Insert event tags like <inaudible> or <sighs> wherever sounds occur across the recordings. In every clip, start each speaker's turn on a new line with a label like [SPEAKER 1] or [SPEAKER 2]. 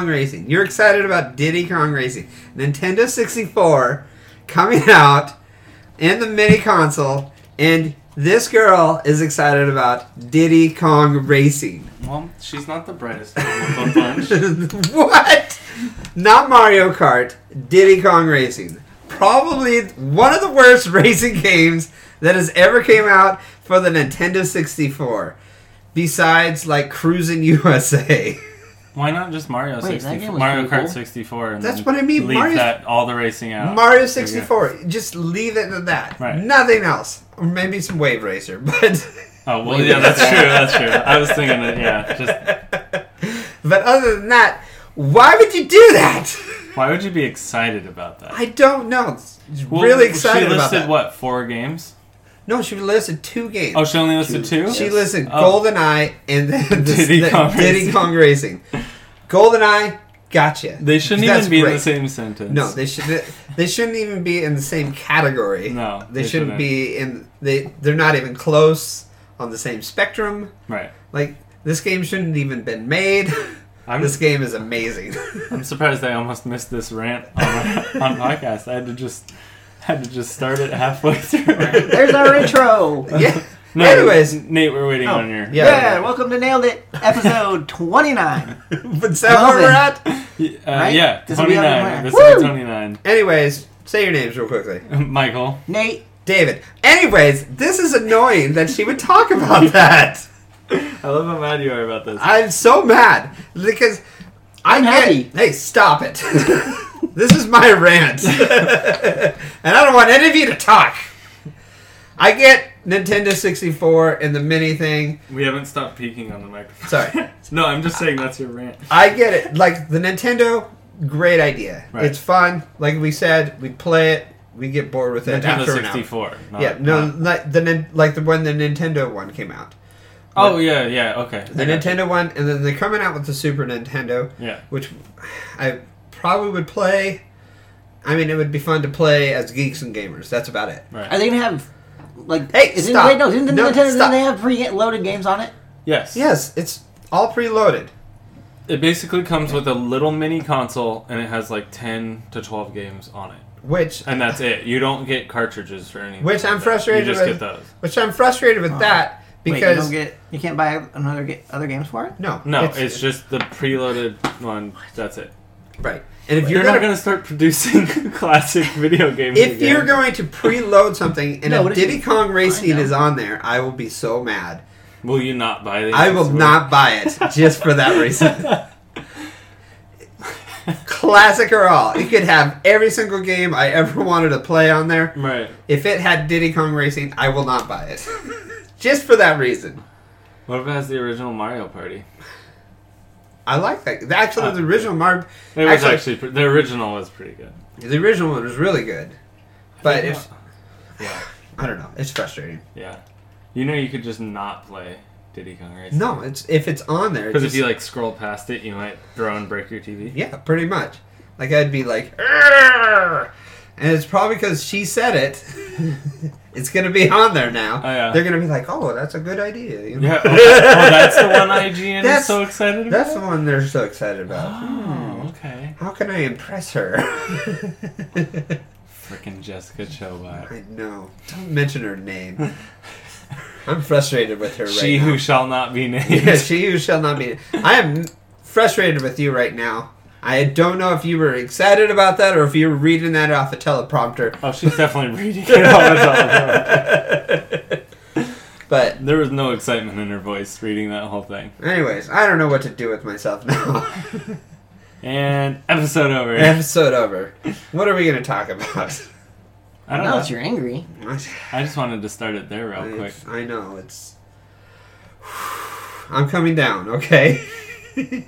[SPEAKER 1] Kong Racing. You're excited about Diddy Kong Racing. Nintendo 64 coming out in the mini console, and this girl is excited about Diddy Kong Racing. <laughs>
[SPEAKER 2] Well, she's not the brightest of the
[SPEAKER 3] <laughs>
[SPEAKER 2] bunch.
[SPEAKER 1] what? Not Mario Kart, Diddy Kong Racing. Probably one of the worst <laughs> racing games that has ever came out for the Nintendo 64. Besides, like, Cruising <laughs> USA.
[SPEAKER 2] Why not just Mario
[SPEAKER 3] Wait, that
[SPEAKER 2] 64?
[SPEAKER 3] game was
[SPEAKER 2] Mario
[SPEAKER 3] pretty
[SPEAKER 2] Kart
[SPEAKER 3] cool.
[SPEAKER 2] 64. And
[SPEAKER 1] That's
[SPEAKER 2] then
[SPEAKER 1] what I mean,
[SPEAKER 2] Leave
[SPEAKER 1] Mario-
[SPEAKER 2] that all the racing out.
[SPEAKER 1] Mario
[SPEAKER 2] Oh, There you go.
[SPEAKER 1] 64. Just leave it at that.
[SPEAKER 2] Right.
[SPEAKER 1] Nothing else. Or maybe some Wave Racer, <laughs> but...
[SPEAKER 2] Oh well, yeah, that's true. That's true. I was thinking that. Yeah, just
[SPEAKER 1] But other than that, why would you do that? <laughs>
[SPEAKER 2] why would you be excited about that?
[SPEAKER 1] I don't know.
[SPEAKER 2] Well,
[SPEAKER 1] really excited
[SPEAKER 2] She
[SPEAKER 1] about
[SPEAKER 2] listed
[SPEAKER 1] that.
[SPEAKER 2] what four games?
[SPEAKER 1] No, she listed two games.
[SPEAKER 2] Oh, she only listed two.
[SPEAKER 1] She listed
[SPEAKER 2] Oh.
[SPEAKER 1] GoldenEye and
[SPEAKER 2] <laughs>
[SPEAKER 1] then this,
[SPEAKER 2] Diddy
[SPEAKER 1] Diddy, the,
[SPEAKER 2] Kong
[SPEAKER 1] Kong Diddy
[SPEAKER 2] Racing.
[SPEAKER 1] Kong Racing. GoldenEye, gotcha.
[SPEAKER 2] They shouldn't
[SPEAKER 1] That's
[SPEAKER 2] even be in
[SPEAKER 1] great.
[SPEAKER 2] the same sentence.
[SPEAKER 1] No, they should. They, they shouldn't even be in the same category.
[SPEAKER 2] No,
[SPEAKER 1] they,
[SPEAKER 2] they
[SPEAKER 1] shouldn't
[SPEAKER 2] shouldn't.
[SPEAKER 1] be in. They they're not even close on the same spectrum.
[SPEAKER 2] right.
[SPEAKER 1] Like this game shouldn't even been made.
[SPEAKER 2] I'm
[SPEAKER 1] this game is
[SPEAKER 3] <laughs>
[SPEAKER 1] amazing.
[SPEAKER 2] I'm surprised I almost missed this rant on, on podcast. I had to just had to just start it halfway
[SPEAKER 1] <laughs>
[SPEAKER 2] through.
[SPEAKER 3] There's our intro.
[SPEAKER 1] yeah.
[SPEAKER 2] No,
[SPEAKER 1] Anyways, Oh,
[SPEAKER 2] Nate, we're waiting on your.
[SPEAKER 1] <laughs> yeah.
[SPEAKER 3] Yeah, welcome to Nailed It,
[SPEAKER 1] <laughs>
[SPEAKER 3] episode 29.
[SPEAKER 1] but is that
[SPEAKER 3] Love
[SPEAKER 1] where we're
[SPEAKER 3] it.
[SPEAKER 1] at?
[SPEAKER 2] Y- Uh,
[SPEAKER 3] Right?
[SPEAKER 2] Yeah,
[SPEAKER 3] This will be
[SPEAKER 2] 29.
[SPEAKER 3] on your rant.
[SPEAKER 2] This will be
[SPEAKER 3] Woo!
[SPEAKER 2] 29.
[SPEAKER 1] Anyways, say your names real quickly.
[SPEAKER 2] <laughs> Michael.
[SPEAKER 3] Nate,
[SPEAKER 1] David. Anyways, this is annoying that she would talk
[SPEAKER 3] <laughs>
[SPEAKER 1] about that.
[SPEAKER 2] I love how mad you are about this.
[SPEAKER 1] I'm so mad because I
[SPEAKER 3] I'm
[SPEAKER 1] get,
[SPEAKER 3] happy.
[SPEAKER 1] Hey, stop
[SPEAKER 3] <laughs>
[SPEAKER 1] it. this is my rant. and I don't want any of you to talk. I get Nintendo 64 and the mini thing.
[SPEAKER 2] We haven't stopped peeking on the microphone.
[SPEAKER 1] Sorry.
[SPEAKER 2] <laughs> no, I'm just saying that's your rant.
[SPEAKER 1] I get it. Like the Nintendo great idea.
[SPEAKER 2] Right.
[SPEAKER 1] It's fun. Like we said, we play it, we get bored with it
[SPEAKER 2] Nintendo
[SPEAKER 1] after an hour.
[SPEAKER 2] 64. not-
[SPEAKER 1] yeah, no,
[SPEAKER 2] not-
[SPEAKER 1] like the nin- like the when the Nintendo one came out.
[SPEAKER 2] Oh yeah, yeah. Okay.
[SPEAKER 1] the
[SPEAKER 2] I got
[SPEAKER 1] Nintendo one, and then they're coming out with the Super Nintendo,
[SPEAKER 2] you. Yeah.
[SPEAKER 1] which I probably would play. I mean, it would be fun to play as geeks and gamers. That's about it.
[SPEAKER 2] Right.
[SPEAKER 3] are they gonna have like?
[SPEAKER 1] Hey,
[SPEAKER 3] is
[SPEAKER 1] stop.
[SPEAKER 3] It, wait, no, didn't the
[SPEAKER 1] No,
[SPEAKER 3] Nintendo didn't
[SPEAKER 1] stop.
[SPEAKER 3] they have pre-loaded games on it?
[SPEAKER 2] yes.
[SPEAKER 1] Yes, it's all preloaded.
[SPEAKER 2] It basically comes with a little mini console, and it has like 10 to 12 games on it,
[SPEAKER 1] Which,
[SPEAKER 2] and that's it. You don't get cartridges for anything.
[SPEAKER 1] Which I'm
[SPEAKER 2] like that.
[SPEAKER 1] frustrated
[SPEAKER 2] You just
[SPEAKER 1] with.
[SPEAKER 2] get those.
[SPEAKER 1] which I'm frustrated with that
[SPEAKER 3] Oh. wait, you
[SPEAKER 1] because
[SPEAKER 3] don't get you can't buy another ga- other games for it.
[SPEAKER 1] no,
[SPEAKER 2] No, it's, just the preloaded one. That's it.
[SPEAKER 1] right. And if you're
[SPEAKER 2] You're
[SPEAKER 1] gonna,
[SPEAKER 2] not going to start producing <laughs> classic video games.
[SPEAKER 1] if
[SPEAKER 2] again.
[SPEAKER 1] you're going to preload something and
[SPEAKER 3] No,
[SPEAKER 1] if
[SPEAKER 3] it is-
[SPEAKER 1] Diddy Kong Racing
[SPEAKER 3] know.
[SPEAKER 1] is on there, I will be so mad.
[SPEAKER 2] will you not buy these?
[SPEAKER 1] I will not buy it just for that
[SPEAKER 2] <laughs>
[SPEAKER 1] reason. Classic or all. It could have every single game I ever wanted to play on there.
[SPEAKER 2] Right.
[SPEAKER 1] If it had Diddy Kong Racing, I will not buy it. just for that reason.
[SPEAKER 2] What if it has the original Mario Party?
[SPEAKER 1] I like that. Actually, the original Mar-
[SPEAKER 2] It was
[SPEAKER 1] Actually-
[SPEAKER 2] actually, pre- the original was pretty good.
[SPEAKER 1] the original one was really good. But
[SPEAKER 2] Yeah.
[SPEAKER 1] if
[SPEAKER 2] yeah,
[SPEAKER 1] I don't know, it's frustrating.
[SPEAKER 2] yeah, you know, you could just not play Diddy Kong Racing.
[SPEAKER 1] No, it's if it's on there.
[SPEAKER 2] because if
[SPEAKER 1] just-
[SPEAKER 2] you like scroll past it, you might throw and break your TV.
[SPEAKER 1] Yeah, pretty much. Like I'd be like, "Argh!" and it's probably because she said it. <laughs> it's gonna be on there now.
[SPEAKER 2] Oh, yeah.
[SPEAKER 1] They're gonna be like, oh, that's a good idea. you know?
[SPEAKER 2] Yeah. Oh, that's the one IGN
[SPEAKER 1] That's-
[SPEAKER 2] is so excited about.
[SPEAKER 1] That's the one they're so excited about.
[SPEAKER 2] Oh, okay.
[SPEAKER 1] How can I impress her? <laughs>
[SPEAKER 2] Freaking Jessica Chobot.
[SPEAKER 1] I know. Don't mention her
[SPEAKER 2] <laughs>
[SPEAKER 1] name. I'm frustrated with her
[SPEAKER 2] she
[SPEAKER 1] right
[SPEAKER 2] who shall not be
[SPEAKER 1] now. <laughs>
[SPEAKER 2] named.
[SPEAKER 1] Yeah, she who shall not be. I am frustrated with you right now. I don't know if you were excited about that or if you were reading that off a teleprompter.
[SPEAKER 2] Oh, she's definitely reading it <laughs> all the time.
[SPEAKER 1] <laughs> But
[SPEAKER 2] There was no excitement in her voice reading that whole thing.
[SPEAKER 1] Anyways, I don't know what to do with myself
[SPEAKER 2] <laughs>
[SPEAKER 1] now. <laughs>
[SPEAKER 2] And episode over.
[SPEAKER 1] Episode over. What are we going to talk about?
[SPEAKER 2] I don't
[SPEAKER 3] No,
[SPEAKER 2] know.
[SPEAKER 3] it's you're angry.
[SPEAKER 2] I just wanted to start it there real quick.
[SPEAKER 1] <laughs> I know it's. <sighs> I'm coming down. Okay.
[SPEAKER 2] We-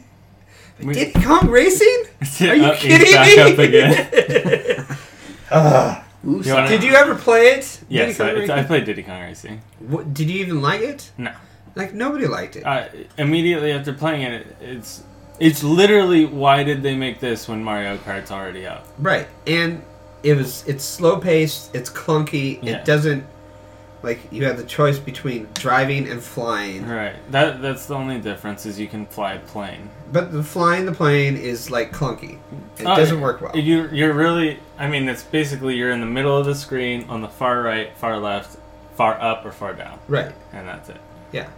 [SPEAKER 2] <laughs>
[SPEAKER 1] Diddy Kong Racing? Are you
[SPEAKER 2] Oh, he's
[SPEAKER 1] kidding
[SPEAKER 2] back
[SPEAKER 1] me? <laughs>
[SPEAKER 2] up again.
[SPEAKER 1] Ugh.
[SPEAKER 3] Ooh,
[SPEAKER 2] You wanna-
[SPEAKER 1] did you ever play it? Diddy
[SPEAKER 2] Yes,
[SPEAKER 1] Kong
[SPEAKER 2] I,
[SPEAKER 1] Racing?
[SPEAKER 2] I played Diddy Kong Racing.
[SPEAKER 1] What, did you even like it?
[SPEAKER 2] No.
[SPEAKER 1] Like nobody liked it.
[SPEAKER 2] Uh, immediately after playing it, it's it's literally why did they make this when Mario Kart's already out?
[SPEAKER 1] right, and it was it's slow paced, it's clunky,
[SPEAKER 2] Yeah.
[SPEAKER 1] it doesn't like you have the choice between driving and flying.
[SPEAKER 2] Right. That that's the only difference is you can fly a plane.
[SPEAKER 1] But the flying the plane is like clunky. It
[SPEAKER 2] Oh,
[SPEAKER 1] doesn't work well.
[SPEAKER 2] You you're really I mean it's basically you're in the middle of the screen on the far right, far left, far up or far down,
[SPEAKER 1] Right.
[SPEAKER 2] and that's it. <laughs>
[SPEAKER 1] Yeah.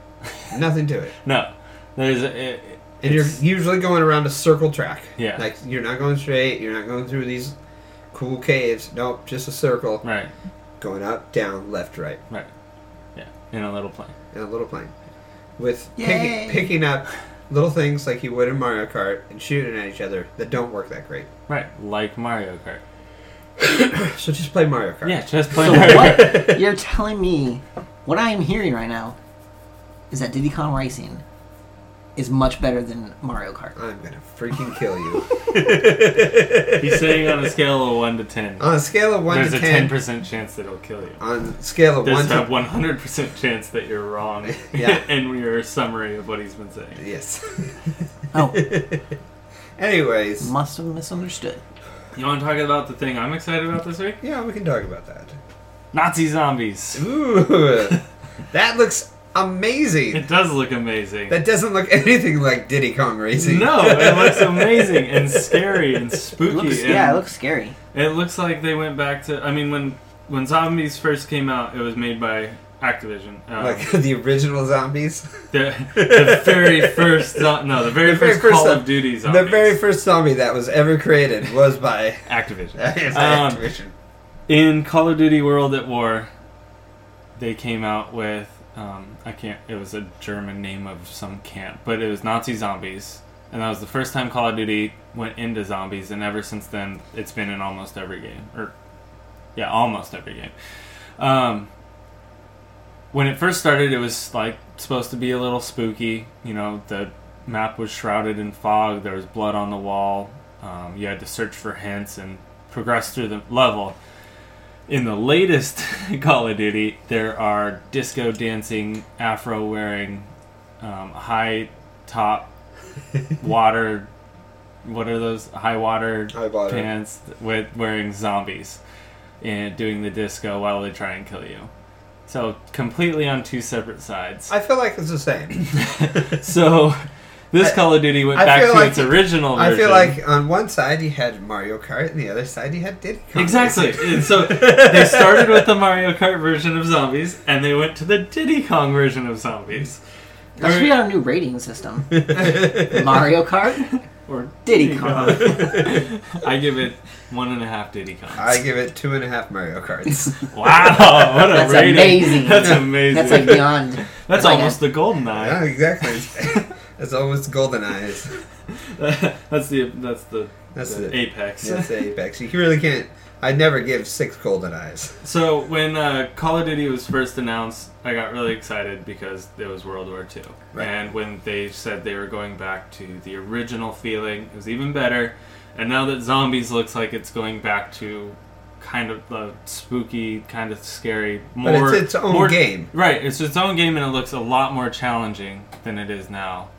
[SPEAKER 1] Nothing to it.
[SPEAKER 2] No, there's a, it,
[SPEAKER 1] And you're
[SPEAKER 2] it's-
[SPEAKER 1] usually going around a circle track.
[SPEAKER 2] Yeah.
[SPEAKER 1] Like you're not going straight, you're not going through these cool caves. Nope, just a circle.
[SPEAKER 2] right,
[SPEAKER 1] Going up, down, left, right.
[SPEAKER 2] right, yeah, in a little plane.
[SPEAKER 1] And a little plane. With
[SPEAKER 3] Yay.
[SPEAKER 1] picking, picking up little things like you would in Mario Kart and shooting at each other that don't work that great. <clears throat>
[SPEAKER 2] Right, like Mario Kart.
[SPEAKER 1] So just play Mario Kart.
[SPEAKER 2] Yeah, just play
[SPEAKER 3] So
[SPEAKER 2] Mario
[SPEAKER 1] <laughs>
[SPEAKER 2] Kart.
[SPEAKER 3] what you're telling me, what I am hearing right now, is that Diddy Kong Racing is much better than
[SPEAKER 1] <laughs>
[SPEAKER 3] Mario Kart.
[SPEAKER 1] I'm gonna freaking kill you.
[SPEAKER 2] <laughs> <laughs> He's saying on a scale of one to ten,
[SPEAKER 1] on a scale of Uh, one
[SPEAKER 2] there's
[SPEAKER 1] to
[SPEAKER 2] a ten
[SPEAKER 1] ten,
[SPEAKER 2] percent chance that it'll kill you.
[SPEAKER 1] on scale of
[SPEAKER 2] There's
[SPEAKER 1] one
[SPEAKER 2] a
[SPEAKER 1] to
[SPEAKER 2] 100 percent chance that you're wrong
[SPEAKER 1] Yeah.
[SPEAKER 2] <laughs> in your summary of what he's been saying.
[SPEAKER 1] yes.
[SPEAKER 3] Oh,
[SPEAKER 1] <laughs> Anyways,
[SPEAKER 3] must have misunderstood.
[SPEAKER 2] You want to talk about the thing I'm excited about this week?
[SPEAKER 1] yeah, we can talk about that.
[SPEAKER 2] Nazi zombies.
[SPEAKER 1] Ooh, that looks amazing.
[SPEAKER 2] It does look amazing.
[SPEAKER 1] That doesn't look anything like Diddy Kong Racing.
[SPEAKER 2] No,
[SPEAKER 1] <laughs>
[SPEAKER 2] it looks amazing and scary and
[SPEAKER 3] It
[SPEAKER 2] spooky.
[SPEAKER 3] looks,
[SPEAKER 2] and
[SPEAKER 3] yeah, it looks scary.
[SPEAKER 2] It looks like they went back to. I mean, when when zombies first came out, it was made by Activision. Um,
[SPEAKER 1] like <laughs> the original zombies.
[SPEAKER 2] the, the very first zo- no, the very
[SPEAKER 1] The very
[SPEAKER 2] first,
[SPEAKER 1] first
[SPEAKER 2] Call
[SPEAKER 1] zo-
[SPEAKER 2] of Duty zombies.
[SPEAKER 1] The very first zombie that was ever created was by <laughs>
[SPEAKER 2] Activision. Um,
[SPEAKER 1] Activision.
[SPEAKER 2] in Call of Duty World at War, they came out with um, I can't. It was a German name of some camp, but it was Nazi zombies, and that was the first time Call of Duty went into zombies. And ever since then, it's been in almost every game, or yeah, almost every game. Um, when it first started, it was like supposed to be a little spooky. You know, the map was shrouded in fog. There was blood on the wall. Um, you had to search for hints and progress through the level. In the latest <laughs> Call of Duty, there are disco dancing, afro wearing, um, high top water. What are those high water
[SPEAKER 1] High water.
[SPEAKER 2] pants with wearing zombies and doing the disco while they try and kill you? So completely on two separate sides.
[SPEAKER 1] I feel like it's the
[SPEAKER 2] <clears throat>
[SPEAKER 1] same.
[SPEAKER 2] so this
[SPEAKER 1] I-
[SPEAKER 2] Call of Duty went
[SPEAKER 1] I
[SPEAKER 2] back
[SPEAKER 1] feel
[SPEAKER 2] to
[SPEAKER 1] like-
[SPEAKER 2] its original version.
[SPEAKER 1] I feel like on one side you had Mario Kart, and the other side you had Diddy Kong. <laughs>
[SPEAKER 2] Exactly.
[SPEAKER 1] Racing.
[SPEAKER 2] And so they started with the Mario Kart version of zombies, and they went to the Diddy Kong version of zombies.
[SPEAKER 3] That should be our new
[SPEAKER 1] <laughs>
[SPEAKER 3] rating system. Mario Kart.
[SPEAKER 2] Or
[SPEAKER 3] Diddy
[SPEAKER 2] <laughs> I give it one and a half Diddy Kongs.
[SPEAKER 1] I give it two and a half Mario Karts.
[SPEAKER 2] wow, what a
[SPEAKER 3] That's
[SPEAKER 2] rating!
[SPEAKER 3] amazing.
[SPEAKER 2] That's amazing.
[SPEAKER 3] That's
[SPEAKER 2] That's,
[SPEAKER 3] like beyond. like
[SPEAKER 2] almost the golden
[SPEAKER 1] yeah,
[SPEAKER 2] eye.
[SPEAKER 1] exactly. <laughs> That's almost golden
[SPEAKER 2] <laughs>
[SPEAKER 1] eyes.
[SPEAKER 2] that's the that's the,
[SPEAKER 1] That's
[SPEAKER 2] the
[SPEAKER 1] it.
[SPEAKER 2] apex.
[SPEAKER 1] That's the apex. You really can't. I never give six golden eyes.
[SPEAKER 2] <laughs> So when uh, Call of Duty was first announced, I got really excited because it was World War II,
[SPEAKER 1] Right.
[SPEAKER 2] and when they said they were going back to the original feeling, it was even better. And now that Zombies looks like it's going back to kind of the spooky, kind of scary, more
[SPEAKER 1] But it's its own
[SPEAKER 2] more-
[SPEAKER 1] game.
[SPEAKER 2] Right, it's its own game, and it looks a lot more challenging than it is now.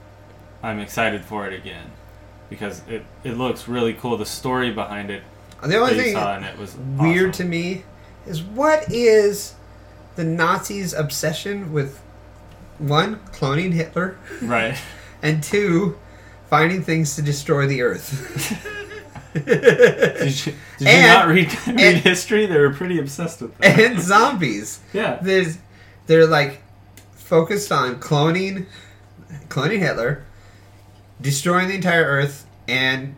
[SPEAKER 2] I'm excited for it again because it it looks really cool. The story behind it,
[SPEAKER 1] The only
[SPEAKER 2] they
[SPEAKER 1] thing
[SPEAKER 2] saw, and it was
[SPEAKER 1] weird to
[SPEAKER 2] awesome.
[SPEAKER 1] me is what is the Nazis' obsession with one cloning Hitler <laughs>
[SPEAKER 2] Right.
[SPEAKER 1] and two finding things to destroy the
[SPEAKER 2] <laughs>
[SPEAKER 1] Earth. <laughs>
[SPEAKER 2] Did you,
[SPEAKER 1] And-
[SPEAKER 2] did you not read,
[SPEAKER 1] <laughs>
[SPEAKER 2] read
[SPEAKER 1] and-
[SPEAKER 2] history? They were pretty obsessed with that.
[SPEAKER 1] and zombies.
[SPEAKER 2] yeah.
[SPEAKER 1] There's, they're like focused on cloning, cloning Hitler, destroying the entire Earth, and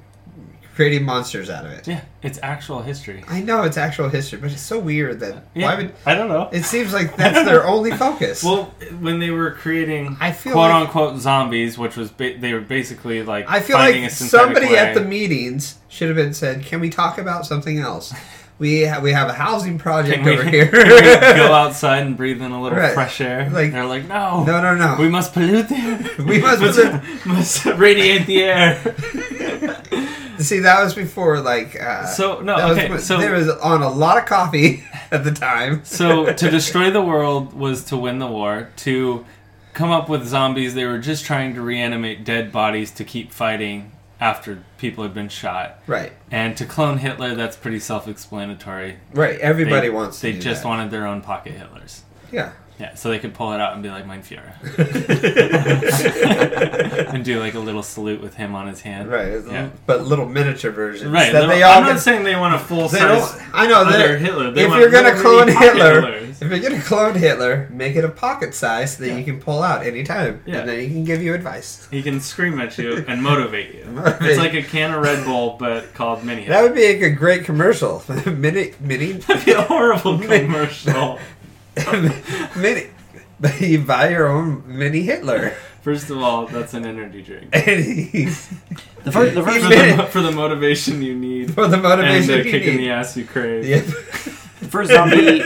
[SPEAKER 1] creating monsters out of it.
[SPEAKER 2] yeah, it's actual history.
[SPEAKER 1] I know it's actual history, but it's so weird that
[SPEAKER 2] Yeah,
[SPEAKER 1] why would
[SPEAKER 2] I don't know.
[SPEAKER 1] it seems like that's their only focus.
[SPEAKER 2] Well, when they were creating
[SPEAKER 1] I feel
[SPEAKER 2] quote
[SPEAKER 1] like-
[SPEAKER 2] unquote zombies, which was ba- they were basically like
[SPEAKER 1] I feel
[SPEAKER 2] finding
[SPEAKER 1] like
[SPEAKER 2] a synthetic
[SPEAKER 1] somebody
[SPEAKER 2] way.
[SPEAKER 1] at
[SPEAKER 2] <laughs>
[SPEAKER 1] the meetings should have been said, "Can we talk about something else? We ha- we have a housing project
[SPEAKER 2] Can we, <laughs>
[SPEAKER 1] over here."
[SPEAKER 2] can we go outside and breathe in a little
[SPEAKER 1] Right.
[SPEAKER 2] fresh air.
[SPEAKER 1] Like-
[SPEAKER 2] They're like,
[SPEAKER 1] <laughs>
[SPEAKER 2] no,
[SPEAKER 1] no, no, no.
[SPEAKER 2] we must pollute the air.
[SPEAKER 1] <laughs> We must pollute-
[SPEAKER 2] <laughs> must radiate
[SPEAKER 1] <laughs>
[SPEAKER 2] the air.
[SPEAKER 1] See, that was before like uh,
[SPEAKER 2] So, no,
[SPEAKER 1] that was
[SPEAKER 2] okay,
[SPEAKER 1] when-
[SPEAKER 2] so-
[SPEAKER 1] there was on a lot of coffee <laughs> at the time.
[SPEAKER 2] So to destroy the world was to win the war. To come up with zombies, they were just trying to reanimate dead bodies to keep fighting after people had been shot.
[SPEAKER 1] <laughs> right,
[SPEAKER 2] And to clone Hitler, that's pretty self-explanatory.
[SPEAKER 1] right. Everybody
[SPEAKER 2] they,
[SPEAKER 1] wants. To
[SPEAKER 2] They
[SPEAKER 1] do
[SPEAKER 2] just
[SPEAKER 1] that.
[SPEAKER 2] wanted their own pocket Hitlers. <laughs>
[SPEAKER 1] Yeah. <laughs>
[SPEAKER 2] Yeah, so they could pull it out and be like Mein Fuhrer.
[SPEAKER 1] right.
[SPEAKER 2] and do like a little salute with him on his hand.
[SPEAKER 1] it's a
[SPEAKER 2] Yeah.
[SPEAKER 1] But little miniature versions.
[SPEAKER 2] Right.
[SPEAKER 1] That
[SPEAKER 2] they're-
[SPEAKER 1] they all
[SPEAKER 2] I'm
[SPEAKER 1] get,
[SPEAKER 2] not saying they want a full
[SPEAKER 1] they don't,
[SPEAKER 2] size
[SPEAKER 1] I know
[SPEAKER 2] other
[SPEAKER 1] they're
[SPEAKER 2] Hitler. They
[SPEAKER 1] if
[SPEAKER 2] want
[SPEAKER 1] you're gonna
[SPEAKER 2] little
[SPEAKER 1] clone
[SPEAKER 2] mini pocket
[SPEAKER 1] Hitler-
[SPEAKER 2] Hitlers.
[SPEAKER 1] If you're gonna clone Hitler, make it a pocket size that
[SPEAKER 2] Yeah.
[SPEAKER 1] you can pull out anytime,
[SPEAKER 2] Yeah.
[SPEAKER 1] and then he can give you advice.
[SPEAKER 2] he can scream at you
[SPEAKER 1] <laughs>
[SPEAKER 2] and motivate you.
[SPEAKER 1] Motivate.
[SPEAKER 2] It's like a can of Red Bull, but called mini.
[SPEAKER 1] That would be like a great commercial. <laughs> mini, mini,
[SPEAKER 2] <laughs> That'd be a
[SPEAKER 1] <laughs>
[SPEAKER 2] horrible commercial.
[SPEAKER 1] mini. But you buy your own mini Hitler, <laughs>
[SPEAKER 2] First of all, that's an energy drink.
[SPEAKER 1] and he's
[SPEAKER 3] <laughs> The first, the
[SPEAKER 2] For
[SPEAKER 3] first,
[SPEAKER 1] made
[SPEAKER 2] the, for the motivation you need
[SPEAKER 1] for the
[SPEAKER 2] and
[SPEAKER 1] motivation
[SPEAKER 2] the
[SPEAKER 1] you
[SPEAKER 2] kick in
[SPEAKER 1] need.
[SPEAKER 2] the ass you crave.
[SPEAKER 1] <laughs>
[SPEAKER 2] <laughs>
[SPEAKER 1] Yep.
[SPEAKER 3] the first zombie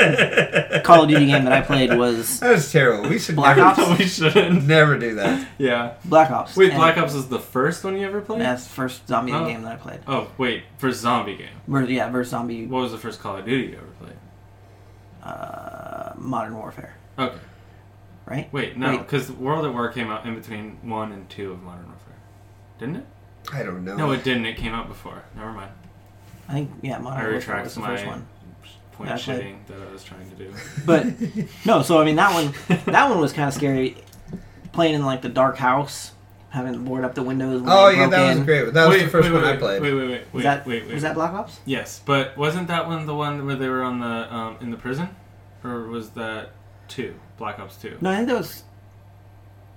[SPEAKER 3] Call of Duty game that I played
[SPEAKER 1] <laughs>
[SPEAKER 3] was
[SPEAKER 1] That was terrible. We should
[SPEAKER 3] Black
[SPEAKER 1] never,
[SPEAKER 3] Ops?
[SPEAKER 2] we shouldn't.
[SPEAKER 1] <laughs> never do that.
[SPEAKER 2] Yeah.
[SPEAKER 3] Black Ops.
[SPEAKER 2] Wait,
[SPEAKER 3] and
[SPEAKER 2] Black Ops is the first one you ever played?
[SPEAKER 3] That's the first zombie
[SPEAKER 2] Oh.
[SPEAKER 3] game that I played.
[SPEAKER 2] Oh, wait, first zombie game.
[SPEAKER 3] Vers- yeah, versus zombie
[SPEAKER 2] What was the first Call of Duty you ever played?
[SPEAKER 3] uh, Modern Warfare,
[SPEAKER 2] Okay.
[SPEAKER 3] right?
[SPEAKER 2] Wait, no,
[SPEAKER 3] Wait.
[SPEAKER 2] because World at War came out in between one and two of Modern Warfare, didn't it?
[SPEAKER 1] I don't know.
[SPEAKER 2] No, it didn't. It came out before. Never mind.
[SPEAKER 3] I think yeah,
[SPEAKER 2] I
[SPEAKER 3] Modern Warfare was
[SPEAKER 2] retract
[SPEAKER 3] the
[SPEAKER 2] my
[SPEAKER 3] first one.
[SPEAKER 2] point
[SPEAKER 3] That's right.
[SPEAKER 2] shitting that I was trying to do.
[SPEAKER 3] But no, so I mean that one, that one was kind of scary. Playing in like the dark house, having to board up the windows. when
[SPEAKER 1] oh yeah,
[SPEAKER 3] they broke
[SPEAKER 1] that was
[SPEAKER 3] in.
[SPEAKER 1] great. That was
[SPEAKER 2] Wait,
[SPEAKER 1] the first
[SPEAKER 2] wait,
[SPEAKER 1] one
[SPEAKER 2] wait,
[SPEAKER 1] I played.
[SPEAKER 2] Wait, wait, wait, wait,
[SPEAKER 3] Was that,
[SPEAKER 2] wait, wait.
[SPEAKER 3] was that Black Ops?
[SPEAKER 2] Yes, but wasn't that one the one where they were on the um, in the prison, or was that two Black Ops Two?
[SPEAKER 3] No, I think that was.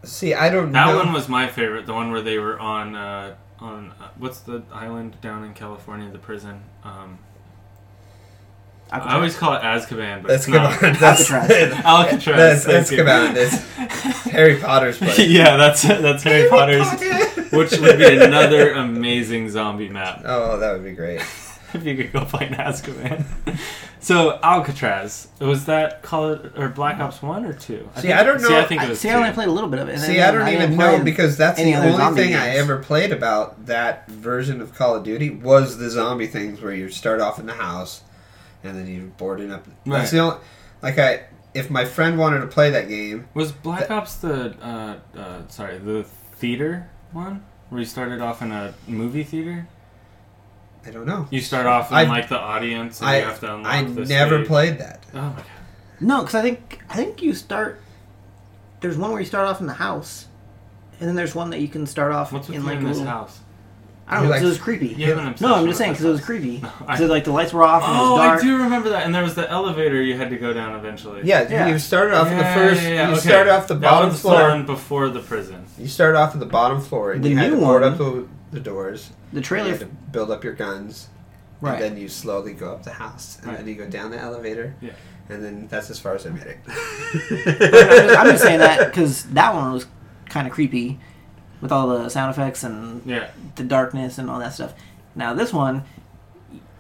[SPEAKER 1] See, I don't
[SPEAKER 2] That
[SPEAKER 1] know.
[SPEAKER 2] one was my favorite. The one where they were on uh, on uh, what's the island down in California, the prison. Um,
[SPEAKER 3] Alcatraz.
[SPEAKER 2] I always call it Azkaban, but
[SPEAKER 1] That's
[SPEAKER 2] it's not.
[SPEAKER 1] good. <laughs> That's
[SPEAKER 2] <laughs>
[SPEAKER 3] Alcatraz.
[SPEAKER 2] Alcatraz.
[SPEAKER 1] That's
[SPEAKER 2] thank you.
[SPEAKER 1] Azkaban. It's Harry
[SPEAKER 2] <laughs>
[SPEAKER 1] Potter's place. <laughs>
[SPEAKER 2] yeah, that's that's Harry Potter's, which would be another amazing zombie map
[SPEAKER 1] Oh, that would be great.
[SPEAKER 2] <laughs> if you could go find Azkaban. so Alcatraz was that called or Black Ops one or two?
[SPEAKER 1] See, I don't
[SPEAKER 2] See,
[SPEAKER 1] know-
[SPEAKER 2] I think it was
[SPEAKER 3] See,
[SPEAKER 2] two.
[SPEAKER 3] I only played a little bit of it. and
[SPEAKER 1] See,
[SPEAKER 3] then
[SPEAKER 1] I don't
[SPEAKER 3] didn't
[SPEAKER 1] even
[SPEAKER 3] play
[SPEAKER 1] know
[SPEAKER 3] in-
[SPEAKER 1] because that's
[SPEAKER 3] any
[SPEAKER 1] the
[SPEAKER 3] other
[SPEAKER 1] only
[SPEAKER 3] zombie
[SPEAKER 1] thing I
[SPEAKER 3] games.
[SPEAKER 1] ever played about that version of Call of Duty was the zombie things where you start off in the house and then you board it up.
[SPEAKER 2] Right.
[SPEAKER 1] That's the only, like I if my friend wanted to play that game,
[SPEAKER 2] Was Black Ops the uh, uh, sorry the theater one where you started off in a movie theater?
[SPEAKER 1] I don't know.
[SPEAKER 2] You start off in
[SPEAKER 1] I've-
[SPEAKER 2] like the audience and
[SPEAKER 1] I
[SPEAKER 2] you have to unlock
[SPEAKER 1] I
[SPEAKER 2] the
[SPEAKER 1] never
[SPEAKER 2] stage.
[SPEAKER 1] played that.
[SPEAKER 2] Oh my god!
[SPEAKER 3] No, because I think I think you start. There's one where you start off in the house, and then there's one that you can start off
[SPEAKER 2] What's with
[SPEAKER 3] in
[SPEAKER 2] you
[SPEAKER 3] like
[SPEAKER 2] in
[SPEAKER 3] a
[SPEAKER 2] this
[SPEAKER 3] little.
[SPEAKER 2] house?
[SPEAKER 3] I don't
[SPEAKER 1] You
[SPEAKER 3] know.
[SPEAKER 1] like-
[SPEAKER 3] 'cause it was creepy.
[SPEAKER 2] You have an obsession
[SPEAKER 3] No, I'm
[SPEAKER 2] with
[SPEAKER 3] just saying
[SPEAKER 2] this
[SPEAKER 3] because it was
[SPEAKER 2] house.
[SPEAKER 3] creepy.
[SPEAKER 2] <laughs> I-
[SPEAKER 3] So like the lights were off and
[SPEAKER 2] Oh,
[SPEAKER 3] it
[SPEAKER 2] I
[SPEAKER 3] was dark.
[SPEAKER 2] do remember that. And there was the elevator you had to go down eventually.
[SPEAKER 1] Yeah,
[SPEAKER 3] Yeah.
[SPEAKER 1] you started off in the
[SPEAKER 2] Yeah,
[SPEAKER 1] first.
[SPEAKER 2] yeah, yeah,
[SPEAKER 1] You
[SPEAKER 2] okay.
[SPEAKER 1] start off the
[SPEAKER 2] That
[SPEAKER 1] bottom
[SPEAKER 2] was the
[SPEAKER 1] floor.
[SPEAKER 2] one before the prison.
[SPEAKER 1] You start off at the bottom floor and
[SPEAKER 3] The
[SPEAKER 1] you had
[SPEAKER 3] new
[SPEAKER 1] to board
[SPEAKER 3] one-
[SPEAKER 1] up the, the doors.
[SPEAKER 3] The
[SPEAKER 1] You
[SPEAKER 3] trailer,
[SPEAKER 1] had to build up your guns.
[SPEAKER 3] right?
[SPEAKER 1] And then you slowly go up the house, and
[SPEAKER 2] Right.
[SPEAKER 1] then you go down the elevator.
[SPEAKER 2] Yeah.
[SPEAKER 1] And then that's as far as I made it.
[SPEAKER 3] <laughs> I'm just- I'm
[SPEAKER 1] <laughs>
[SPEAKER 3] just saying that because that one was kind of creepy, with all the sound effects and
[SPEAKER 2] Yeah.
[SPEAKER 3] the darkness and all that stuff. Now this one,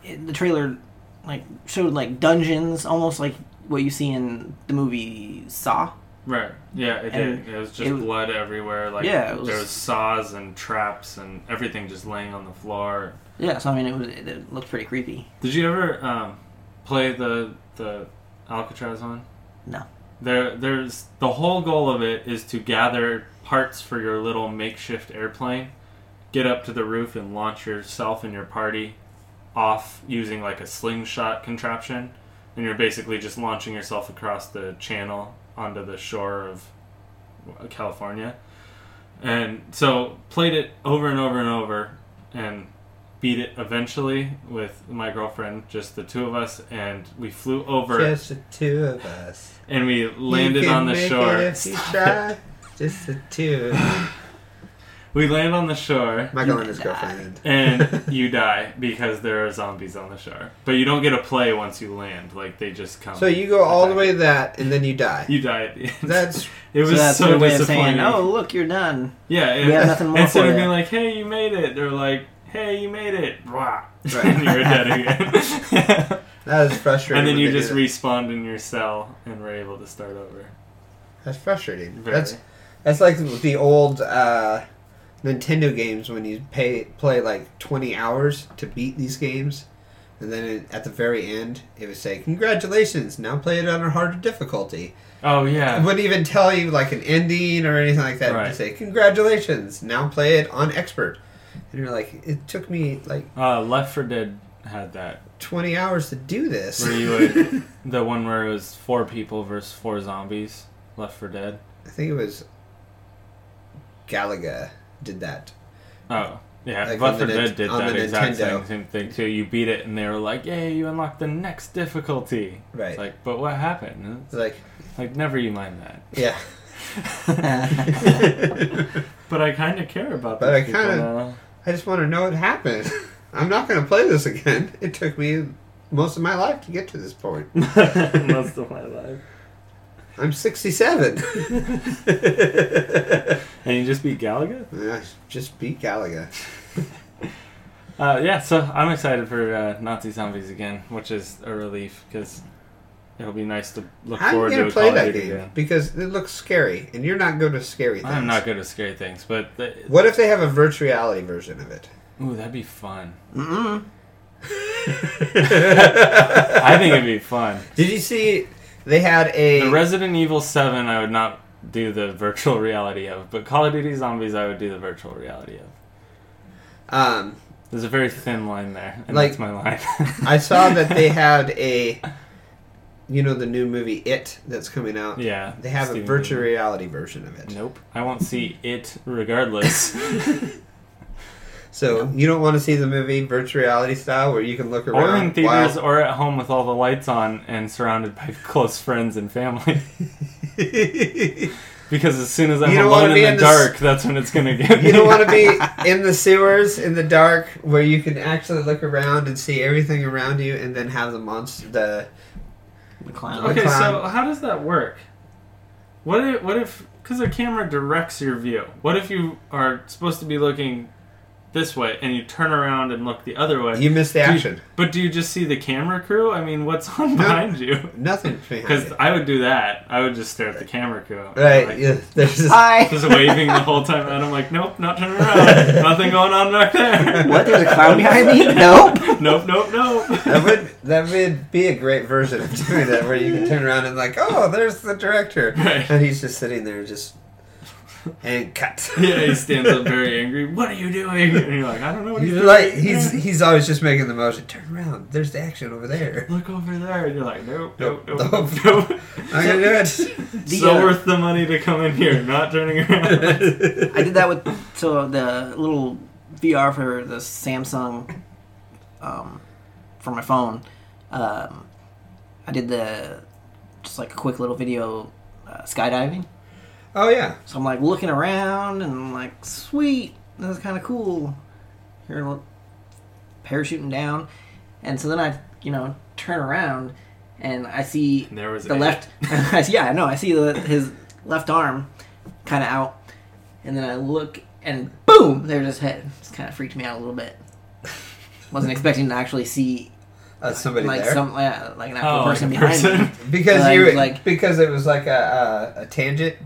[SPEAKER 3] it, the trailer like showed like dungeons, almost like what you see in the movie Saw.
[SPEAKER 2] Right. Yeah, it
[SPEAKER 3] And
[SPEAKER 2] did. It was just
[SPEAKER 3] it was-
[SPEAKER 2] blood everywhere. Like
[SPEAKER 3] Yeah, it was-
[SPEAKER 2] there was saws and traps and everything just laying on the floor.
[SPEAKER 3] Yeah, so I mean it was it, it looked pretty creepy.
[SPEAKER 2] Did you ever um, play the the Alcatraz one?
[SPEAKER 3] No.
[SPEAKER 2] There, there's the whole goal of it is to gather parts for your little makeshift airplane, get up to the roof and launch yourself and your party off using like a slingshot contraption, and you're basically just launching yourself across the channel onto the shore of California. And so played it over and over and over, and beat it eventually with my girlfriend, just the two of us, and we flew over
[SPEAKER 1] Just the two of us.
[SPEAKER 2] and we landed
[SPEAKER 1] You can
[SPEAKER 2] on the
[SPEAKER 1] make
[SPEAKER 2] shore.
[SPEAKER 1] It if you
[SPEAKER 2] Stop it.
[SPEAKER 1] try. Just the two. of us.
[SPEAKER 2] We land on the shore,
[SPEAKER 1] Michael
[SPEAKER 3] You
[SPEAKER 1] and his
[SPEAKER 3] can die.
[SPEAKER 1] girlfriend.
[SPEAKER 2] and
[SPEAKER 1] <laughs>
[SPEAKER 2] you die because there are zombies on the shore. But you don't get a play once you land; like they just come.
[SPEAKER 1] So you go all the way to that, and then you die.
[SPEAKER 2] You die at the end.
[SPEAKER 1] That's
[SPEAKER 2] it was
[SPEAKER 3] so that's
[SPEAKER 2] so
[SPEAKER 3] their way of
[SPEAKER 2] disappointing.
[SPEAKER 3] saying, "Oh, look, you're done."
[SPEAKER 2] yeah,
[SPEAKER 3] we have nothing
[SPEAKER 2] <laughs>
[SPEAKER 3] more
[SPEAKER 2] instead
[SPEAKER 3] for
[SPEAKER 2] of
[SPEAKER 3] you.
[SPEAKER 2] being like, "Hey, you made it," they're like, "Hey, you made it," <laughs> Right.
[SPEAKER 1] Right.
[SPEAKER 2] and you're
[SPEAKER 1] <laughs>
[SPEAKER 2] dead again. <laughs>
[SPEAKER 1] that is frustrating.
[SPEAKER 2] and then
[SPEAKER 1] when
[SPEAKER 2] you
[SPEAKER 1] they do
[SPEAKER 2] just
[SPEAKER 1] that.
[SPEAKER 2] respawned in your cell and were able to start over.
[SPEAKER 1] That's frustrating.
[SPEAKER 2] Very.
[SPEAKER 1] That's that's like the old uh, Nintendo games when you pay play like twenty hours to beat these games, and then it, at the very end it would say, "Congratulations! Now play it on a harder difficulty."
[SPEAKER 2] Oh
[SPEAKER 1] It
[SPEAKER 2] yeah,
[SPEAKER 1] wouldn't even tell you like an ending or anything like that. It would just say, "Congratulations! Now play it on expert." And you're like, "It took me like
[SPEAKER 2] uh, Left for Dead had that.
[SPEAKER 1] 20 hours to do this.
[SPEAKER 2] Where
[SPEAKER 1] <laughs>
[SPEAKER 2] you would, the one where it was four people versus four zombies, Left for Dead.
[SPEAKER 1] I think it was Galaga did that.
[SPEAKER 2] Oh. Yeah,
[SPEAKER 1] Like
[SPEAKER 2] Left
[SPEAKER 1] on the
[SPEAKER 2] 4
[SPEAKER 1] Nin-
[SPEAKER 2] Dead did
[SPEAKER 1] on
[SPEAKER 2] that
[SPEAKER 1] the
[SPEAKER 2] exact same,
[SPEAKER 1] Nintendo.
[SPEAKER 2] same thing too. You beat it, and they were like, "Yay, you unlocked the next difficulty."
[SPEAKER 1] Right.
[SPEAKER 2] It's like, but what happened? And
[SPEAKER 1] It's like,
[SPEAKER 2] it's Like, never you mind <laughs> that.
[SPEAKER 1] yeah. <laughs>
[SPEAKER 2] But I kind of care about
[SPEAKER 1] But
[SPEAKER 2] these
[SPEAKER 1] I
[SPEAKER 2] people
[SPEAKER 1] kinda-
[SPEAKER 2] now.
[SPEAKER 1] I just want to know what happened. I'm not going to play this again. It took me most of my life to get to this point.
[SPEAKER 2] <laughs> most of my life.
[SPEAKER 1] I'm <laughs> 67.
[SPEAKER 2] And you just beat Galaga?
[SPEAKER 1] I just beat Galaga.
[SPEAKER 2] Uh, yeah, so I'm excited for uh, Nazi Zombies again, which is a relief because it'll be nice to look
[SPEAKER 1] How are
[SPEAKER 2] forward
[SPEAKER 1] you
[SPEAKER 2] to
[SPEAKER 1] going
[SPEAKER 2] a
[SPEAKER 1] to play
[SPEAKER 2] Call of
[SPEAKER 1] that
[SPEAKER 2] Duty
[SPEAKER 1] game?
[SPEAKER 2] again.
[SPEAKER 1] Because it looks scary, and you're not good with scary things.
[SPEAKER 2] I'm not good at scary things, but the,
[SPEAKER 1] What if they have a virtual reality version of it?
[SPEAKER 2] ooh, that'd be fun.
[SPEAKER 3] Mm-mm.
[SPEAKER 2] <laughs> I think it'd be
[SPEAKER 1] <laughs>
[SPEAKER 2] fun.
[SPEAKER 1] Did you see they had a
[SPEAKER 2] The Resident Evil 7, I would not do the virtual reality of, but Call of Duty Zombies, I would do the virtual reality of.
[SPEAKER 1] um
[SPEAKER 2] There's a very thin line there, and
[SPEAKER 1] Like-
[SPEAKER 2] that's my line.
[SPEAKER 1] I saw that
[SPEAKER 2] <laughs>
[SPEAKER 1] they had a you know the new movie It that's coming out.
[SPEAKER 2] <laughs> yeah,
[SPEAKER 1] They have
[SPEAKER 2] Steven
[SPEAKER 1] a virtual
[SPEAKER 2] Spielberg.
[SPEAKER 1] reality version of it.
[SPEAKER 2] Nope, I won't see it
[SPEAKER 1] <laughs>
[SPEAKER 2] regardless. <laughs>
[SPEAKER 1] So you don't want to see the movie virtual reality style where you can look around
[SPEAKER 2] or in theaters,
[SPEAKER 1] while-
[SPEAKER 2] or at home with all the lights on and surrounded by <laughs> close friends and family. <laughs>
[SPEAKER 1] <laughs> you
[SPEAKER 2] Because as soon as I'm
[SPEAKER 1] You don't wanna
[SPEAKER 2] alone in
[SPEAKER 1] be
[SPEAKER 2] the
[SPEAKER 1] in this-
[SPEAKER 2] dark, that's when it's
[SPEAKER 1] <laughs>
[SPEAKER 2] gonna get me.
[SPEAKER 1] don't want to be in the sewers in the dark where you can actually look around and see everything around you and then have the monster the
[SPEAKER 3] The clown.
[SPEAKER 2] Okay, so
[SPEAKER 1] clown.
[SPEAKER 2] how does that work? What if, what if because the camera directs your view? What if you are supposed to be looking this way and you turn around and look the other way?
[SPEAKER 1] you miss the
[SPEAKER 2] Do you-
[SPEAKER 1] action.
[SPEAKER 2] but do you just see the camera crew? I mean, what's on behind you?
[SPEAKER 1] Nothing behind
[SPEAKER 2] Because
[SPEAKER 1] it.
[SPEAKER 2] I would do that. I would just stare at the camera crew.
[SPEAKER 1] Right,
[SPEAKER 2] Like,
[SPEAKER 1] yeah. There's this
[SPEAKER 3] <laughs> Hi.
[SPEAKER 2] <laughs> Just
[SPEAKER 3] <laughs>
[SPEAKER 2] waving the whole time, and I'm like, nope, not turning around. Nothing going on back there.
[SPEAKER 3] What? There's a clown
[SPEAKER 2] <laughs>
[SPEAKER 3] behind me? Nope.
[SPEAKER 2] Nope, nope,
[SPEAKER 1] <laughs>
[SPEAKER 2] nope.
[SPEAKER 1] that would that would be a great version of doing that where you can turn around and like, oh, there's the director,
[SPEAKER 2] Right.
[SPEAKER 1] and he's just sitting there just and cut.
[SPEAKER 2] <laughs> <laughs> Yeah, he stands
[SPEAKER 1] <laughs>
[SPEAKER 2] up very angry. What are you doing? And you're like, I don't know what he's
[SPEAKER 1] He's
[SPEAKER 2] doing.
[SPEAKER 1] like <laughs> he's he's always just making the motion. Turn around. There's the action over <laughs> there.
[SPEAKER 2] look over there, and you're like, nope, nope,
[SPEAKER 1] Nope,
[SPEAKER 2] nope,
[SPEAKER 1] <laughs>
[SPEAKER 2] nope. nope.
[SPEAKER 1] I'm gonna do
[SPEAKER 3] The,
[SPEAKER 2] so
[SPEAKER 3] uh,
[SPEAKER 2] worth the money to come in here, not turning
[SPEAKER 1] <laughs>
[SPEAKER 2] around.
[SPEAKER 1] it.
[SPEAKER 3] I did that with so the little VR for the Samsung um, for my phone. Um, I did the just like a quick little video uh, skydiving.
[SPEAKER 1] Oh yeah,
[SPEAKER 3] So I'm like looking around and I'm like, sweet, that was kind of cool. Here, look, parachuting down, and so then I you know turn around and I see
[SPEAKER 2] And there was
[SPEAKER 3] the
[SPEAKER 2] it.
[SPEAKER 3] left. <laughs> I see- yeah, I know. I see the, his left arm kind of out, and then I look, and boom, there's his head. It's kind of freaked me out a little bit. Wasn't expecting to actually see
[SPEAKER 1] uh, somebody
[SPEAKER 3] like
[SPEAKER 1] there
[SPEAKER 3] some yeah, like an actual
[SPEAKER 2] Oh,
[SPEAKER 3] person
[SPEAKER 2] like a
[SPEAKER 3] behind me.
[SPEAKER 2] person.
[SPEAKER 1] because
[SPEAKER 3] like,
[SPEAKER 1] you
[SPEAKER 3] like-
[SPEAKER 1] because it was like a, a a tangent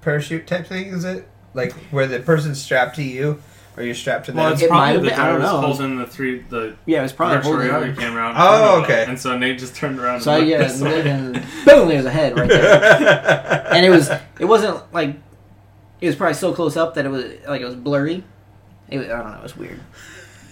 [SPEAKER 1] parachute type thing. Is it like where the person's strapped to you or you're strapped to them?
[SPEAKER 2] Well, it's
[SPEAKER 3] It
[SPEAKER 2] probably
[SPEAKER 3] might have
[SPEAKER 2] the
[SPEAKER 3] been-
[SPEAKER 2] guy
[SPEAKER 3] I don't
[SPEAKER 2] was
[SPEAKER 3] know.
[SPEAKER 2] holding the three the
[SPEAKER 3] Yeah, it was probably
[SPEAKER 2] virtual
[SPEAKER 3] holding
[SPEAKER 2] reality
[SPEAKER 3] him.
[SPEAKER 2] camera. out in
[SPEAKER 1] Oh,
[SPEAKER 2] front of
[SPEAKER 1] okay.
[SPEAKER 2] it. And so Nate just turned around.
[SPEAKER 3] So I
[SPEAKER 2] and
[SPEAKER 3] yeah,
[SPEAKER 2] looked
[SPEAKER 3] and
[SPEAKER 2] this way.
[SPEAKER 3] then
[SPEAKER 2] <laughs>
[SPEAKER 3] boom, there's a head right there.
[SPEAKER 1] <laughs>
[SPEAKER 3] and it was it wasn't like it was probably so close up that it was like it was blurry. It was, I don't know. It was weird.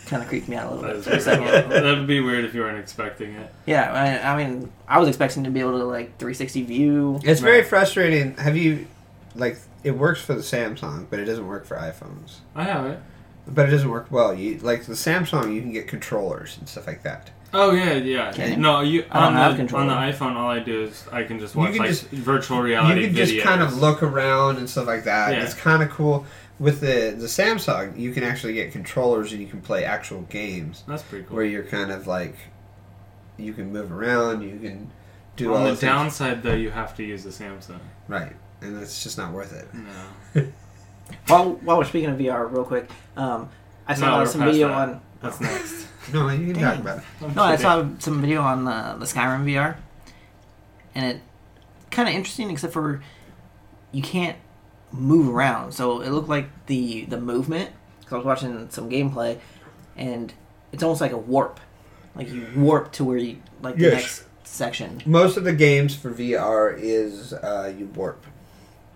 [SPEAKER 3] Kind of creeped me out a little
[SPEAKER 2] That
[SPEAKER 3] bit
[SPEAKER 2] is
[SPEAKER 3] for a
[SPEAKER 2] weird.
[SPEAKER 3] second.
[SPEAKER 2] that would be weird if you weren't expecting it.
[SPEAKER 3] Yeah, I, I mean, I was expecting to be able to like 360 view.
[SPEAKER 1] It's very frustrating. Have you like it works for the Samsung, but it doesn't work for iPhones.
[SPEAKER 2] I have it.
[SPEAKER 1] But it doesn't work well. You like the Samsung, you can get controllers and stuff like that.
[SPEAKER 2] Oh yeah, yeah.
[SPEAKER 3] Can you?
[SPEAKER 2] No, you
[SPEAKER 3] I don't
[SPEAKER 2] on
[SPEAKER 3] have
[SPEAKER 2] the
[SPEAKER 3] control.
[SPEAKER 2] on the iPhone. All I do is I can just
[SPEAKER 1] You
[SPEAKER 2] watch
[SPEAKER 1] can
[SPEAKER 2] like
[SPEAKER 1] just-
[SPEAKER 2] virtual
[SPEAKER 1] You
[SPEAKER 2] reality
[SPEAKER 1] can
[SPEAKER 2] videos.
[SPEAKER 1] just kind of look around and stuff like that.
[SPEAKER 2] Yeah.
[SPEAKER 1] It's kind of cool. With the the Samsung, you can actually get controllers and you can play actual games
[SPEAKER 2] That's pretty cool.
[SPEAKER 1] where you're kind of like you can move around, you can do all
[SPEAKER 2] on
[SPEAKER 1] the
[SPEAKER 2] the
[SPEAKER 1] things.
[SPEAKER 2] downside, though, you have to use the Samsung.
[SPEAKER 1] right, and that's just not worth it.
[SPEAKER 2] No.
[SPEAKER 3] While while we're speaking of VR, real quick, um, I saw
[SPEAKER 2] No, we're
[SPEAKER 3] some
[SPEAKER 2] past
[SPEAKER 3] video
[SPEAKER 2] that.
[SPEAKER 3] on.
[SPEAKER 1] <laughs>
[SPEAKER 2] That's next.
[SPEAKER 1] No, you can
[SPEAKER 3] Dang.
[SPEAKER 1] talk about it.
[SPEAKER 2] I'm
[SPEAKER 3] No, I
[SPEAKER 2] kidding.
[SPEAKER 3] saw some video on the, the Skyrim VR, and it kind of interesting, except for you can't move around. So it looked like the the movement. Because I was watching some gameplay, and it's almost like a warp. Like you warp to where you like the
[SPEAKER 1] Yes.
[SPEAKER 3] next section.
[SPEAKER 1] Most of the games for VR is uh, you warp.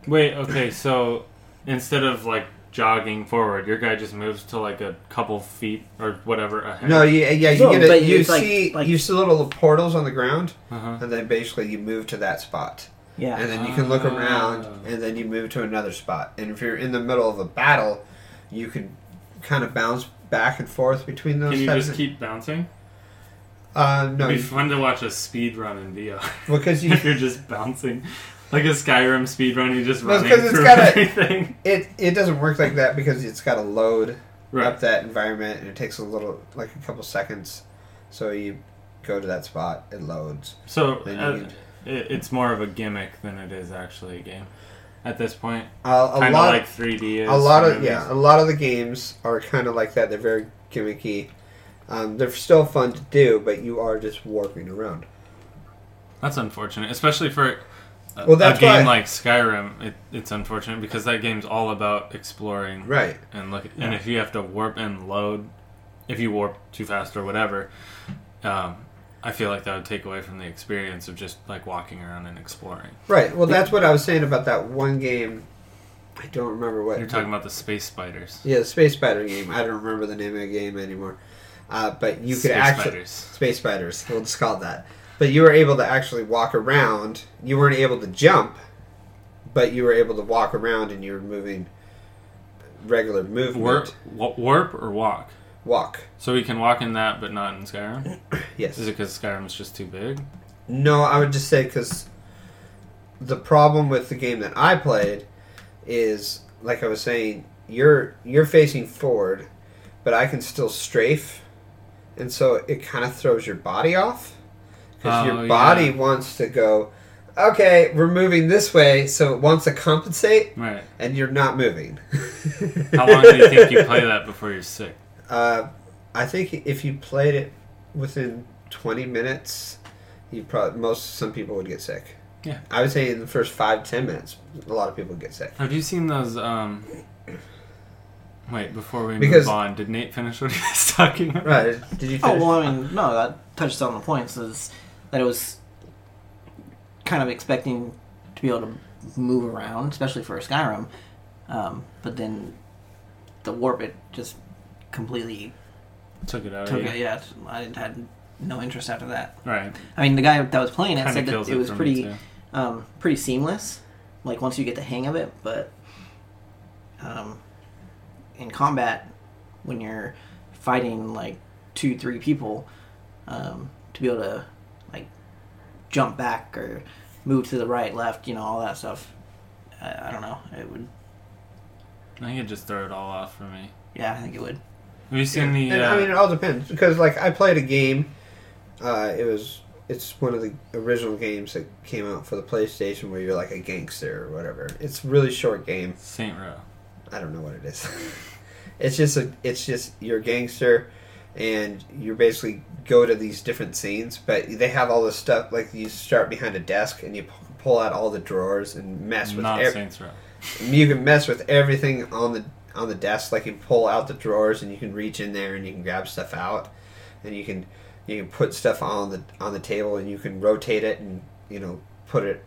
[SPEAKER 2] Wait, okay, so instead of like jogging forward. Your guy just moves to like a couple feet or whatever ahead.
[SPEAKER 1] No, yeah, yeah you
[SPEAKER 3] No,
[SPEAKER 1] get it.
[SPEAKER 3] but
[SPEAKER 1] You
[SPEAKER 3] it's like-
[SPEAKER 1] see,
[SPEAKER 3] like-
[SPEAKER 1] you see little portals on the ground,
[SPEAKER 2] Uh-huh.
[SPEAKER 1] and then basically you move to that spot,
[SPEAKER 3] Yeah.
[SPEAKER 1] and then you can look
[SPEAKER 2] Ah.
[SPEAKER 1] around, and then you move to another spot. And if you're in the middle of a battle, you can kind of bounce back and forth between those.
[SPEAKER 2] Can you
[SPEAKER 1] types
[SPEAKER 2] just
[SPEAKER 1] of-
[SPEAKER 2] keep bouncing?
[SPEAKER 1] Uh, no,
[SPEAKER 2] It'd be
[SPEAKER 1] you-
[SPEAKER 2] fun to watch a speed run in VR.
[SPEAKER 1] because you
[SPEAKER 2] <laughs> if you're just bouncing. Like a Skyrim speed run, you're just
[SPEAKER 1] Well, it's
[SPEAKER 2] running
[SPEAKER 1] 'cause it's
[SPEAKER 2] through
[SPEAKER 1] gotta- <laughs>
[SPEAKER 2] everything.
[SPEAKER 1] it it doesn't work like that because it's got to load
[SPEAKER 2] Right.
[SPEAKER 1] up that environment, and it takes a little like a couple seconds. So you go to that spot, it loads.
[SPEAKER 2] So
[SPEAKER 1] Then
[SPEAKER 2] uh,
[SPEAKER 1] you can-
[SPEAKER 2] it, it's more of a gimmick than it is actually a game. At this point,
[SPEAKER 1] Uh, a
[SPEAKER 2] kind of
[SPEAKER 1] lot,
[SPEAKER 2] like 3D is.
[SPEAKER 1] a lot
[SPEAKER 2] for
[SPEAKER 1] of
[SPEAKER 2] movies.
[SPEAKER 1] yeah, a lot of the games are kind of like that. They're very gimmicky. Um, they're still fun to do, but you are just warping around.
[SPEAKER 2] That's unfortunate, especially for a,
[SPEAKER 1] Well, that's
[SPEAKER 2] a game
[SPEAKER 1] why-
[SPEAKER 2] like Skyrim. It, it's unfortunate because that game's all about exploring
[SPEAKER 1] Right.
[SPEAKER 2] and look. And if you have to warp and load, if you warp too fast or whatever, um, I feel like that would take away from the experience of just like walking around and exploring.
[SPEAKER 1] Right. Well, that's what I was saying about that one game. I don't remember what
[SPEAKER 2] You're talking about the space spiders.
[SPEAKER 1] Yeah, the space spider game. I don't remember the name of the game anymore. Uh, but you could
[SPEAKER 2] Space
[SPEAKER 1] actually
[SPEAKER 2] spiders.
[SPEAKER 1] space spiders. We'll just call it that. But you were able to actually walk around. You weren't able to jump, but you were able to walk around, and you were moving regular movement.
[SPEAKER 2] Warp, wa- warp or walk.
[SPEAKER 1] Walk.
[SPEAKER 2] So we can walk in that, but not in Skyrim.
[SPEAKER 1] Yes.
[SPEAKER 2] Is it because Skyrim's just too big?
[SPEAKER 1] No, I would just say because the problem with the game that I played is, like I was saying, you're you're facing forward, but I can still strafe, and so it kind of throws your body off because
[SPEAKER 2] Oh,
[SPEAKER 1] your
[SPEAKER 2] yeah.
[SPEAKER 1] body wants to go. Okay, we're moving this way, so it wants to compensate,
[SPEAKER 2] Right.
[SPEAKER 1] and you're not moving.
[SPEAKER 2] How long do you think
[SPEAKER 1] <laughs>
[SPEAKER 2] you play that before you're sick?
[SPEAKER 1] Uh, I think if you played it within 20 minutes, you probably most some people would get sick.
[SPEAKER 2] Yeah.
[SPEAKER 1] I would say in the first five ten minutes, a lot of people would get sick.
[SPEAKER 2] Have you seen those? Um, wait, before we
[SPEAKER 1] Because-
[SPEAKER 2] move on, did Nate finish what he was <laughs> talking about?
[SPEAKER 1] Right? Did you? Finish?
[SPEAKER 3] Oh well, I mean, no, that touches on the points is that it was kind of expecting to be able to move around, especially for Skyrim, um, but then the warp it just completely
[SPEAKER 2] Took it out.
[SPEAKER 3] took
[SPEAKER 2] of you.
[SPEAKER 3] it. Yeah, I had no interest after that.
[SPEAKER 2] Right.
[SPEAKER 3] I mean, the guy that was playing it
[SPEAKER 2] Kind of
[SPEAKER 3] said
[SPEAKER 2] kills
[SPEAKER 3] that
[SPEAKER 2] it,
[SPEAKER 3] it was
[SPEAKER 2] for
[SPEAKER 3] pretty
[SPEAKER 2] me too.
[SPEAKER 3] um, pretty seamless, like once you get the hang of it. But um, in combat, when you're fighting like two, three people, um, to be able to like jump back or move to the right, left, you know, all that stuff. I, I don't know. It would,
[SPEAKER 2] I think it just threw it all off for me.
[SPEAKER 3] yeah, I think it would.
[SPEAKER 2] Have you seen the?
[SPEAKER 1] And,
[SPEAKER 2] uh,
[SPEAKER 1] I mean, it all depends because like I played a game. Uh, it was it's one of the original games that came out for the PlayStation where you're like a gangster or whatever. It's a really short game.
[SPEAKER 2] Saint Row.
[SPEAKER 1] I don't know what it is. <laughs> it's just a, it's just you're a gangster, and you basically go to these different scenes. But they have all this stuff like you start behind a desk and you p- pull out all the drawers and mess with
[SPEAKER 2] Not
[SPEAKER 1] ev-
[SPEAKER 2] Saints Row.
[SPEAKER 1] you can mess with everything on the on the desk. Like you pull out the drawers and you can reach in there and you can grab stuff out, and you can you can put stuff on the on the table and you can rotate it and you know put it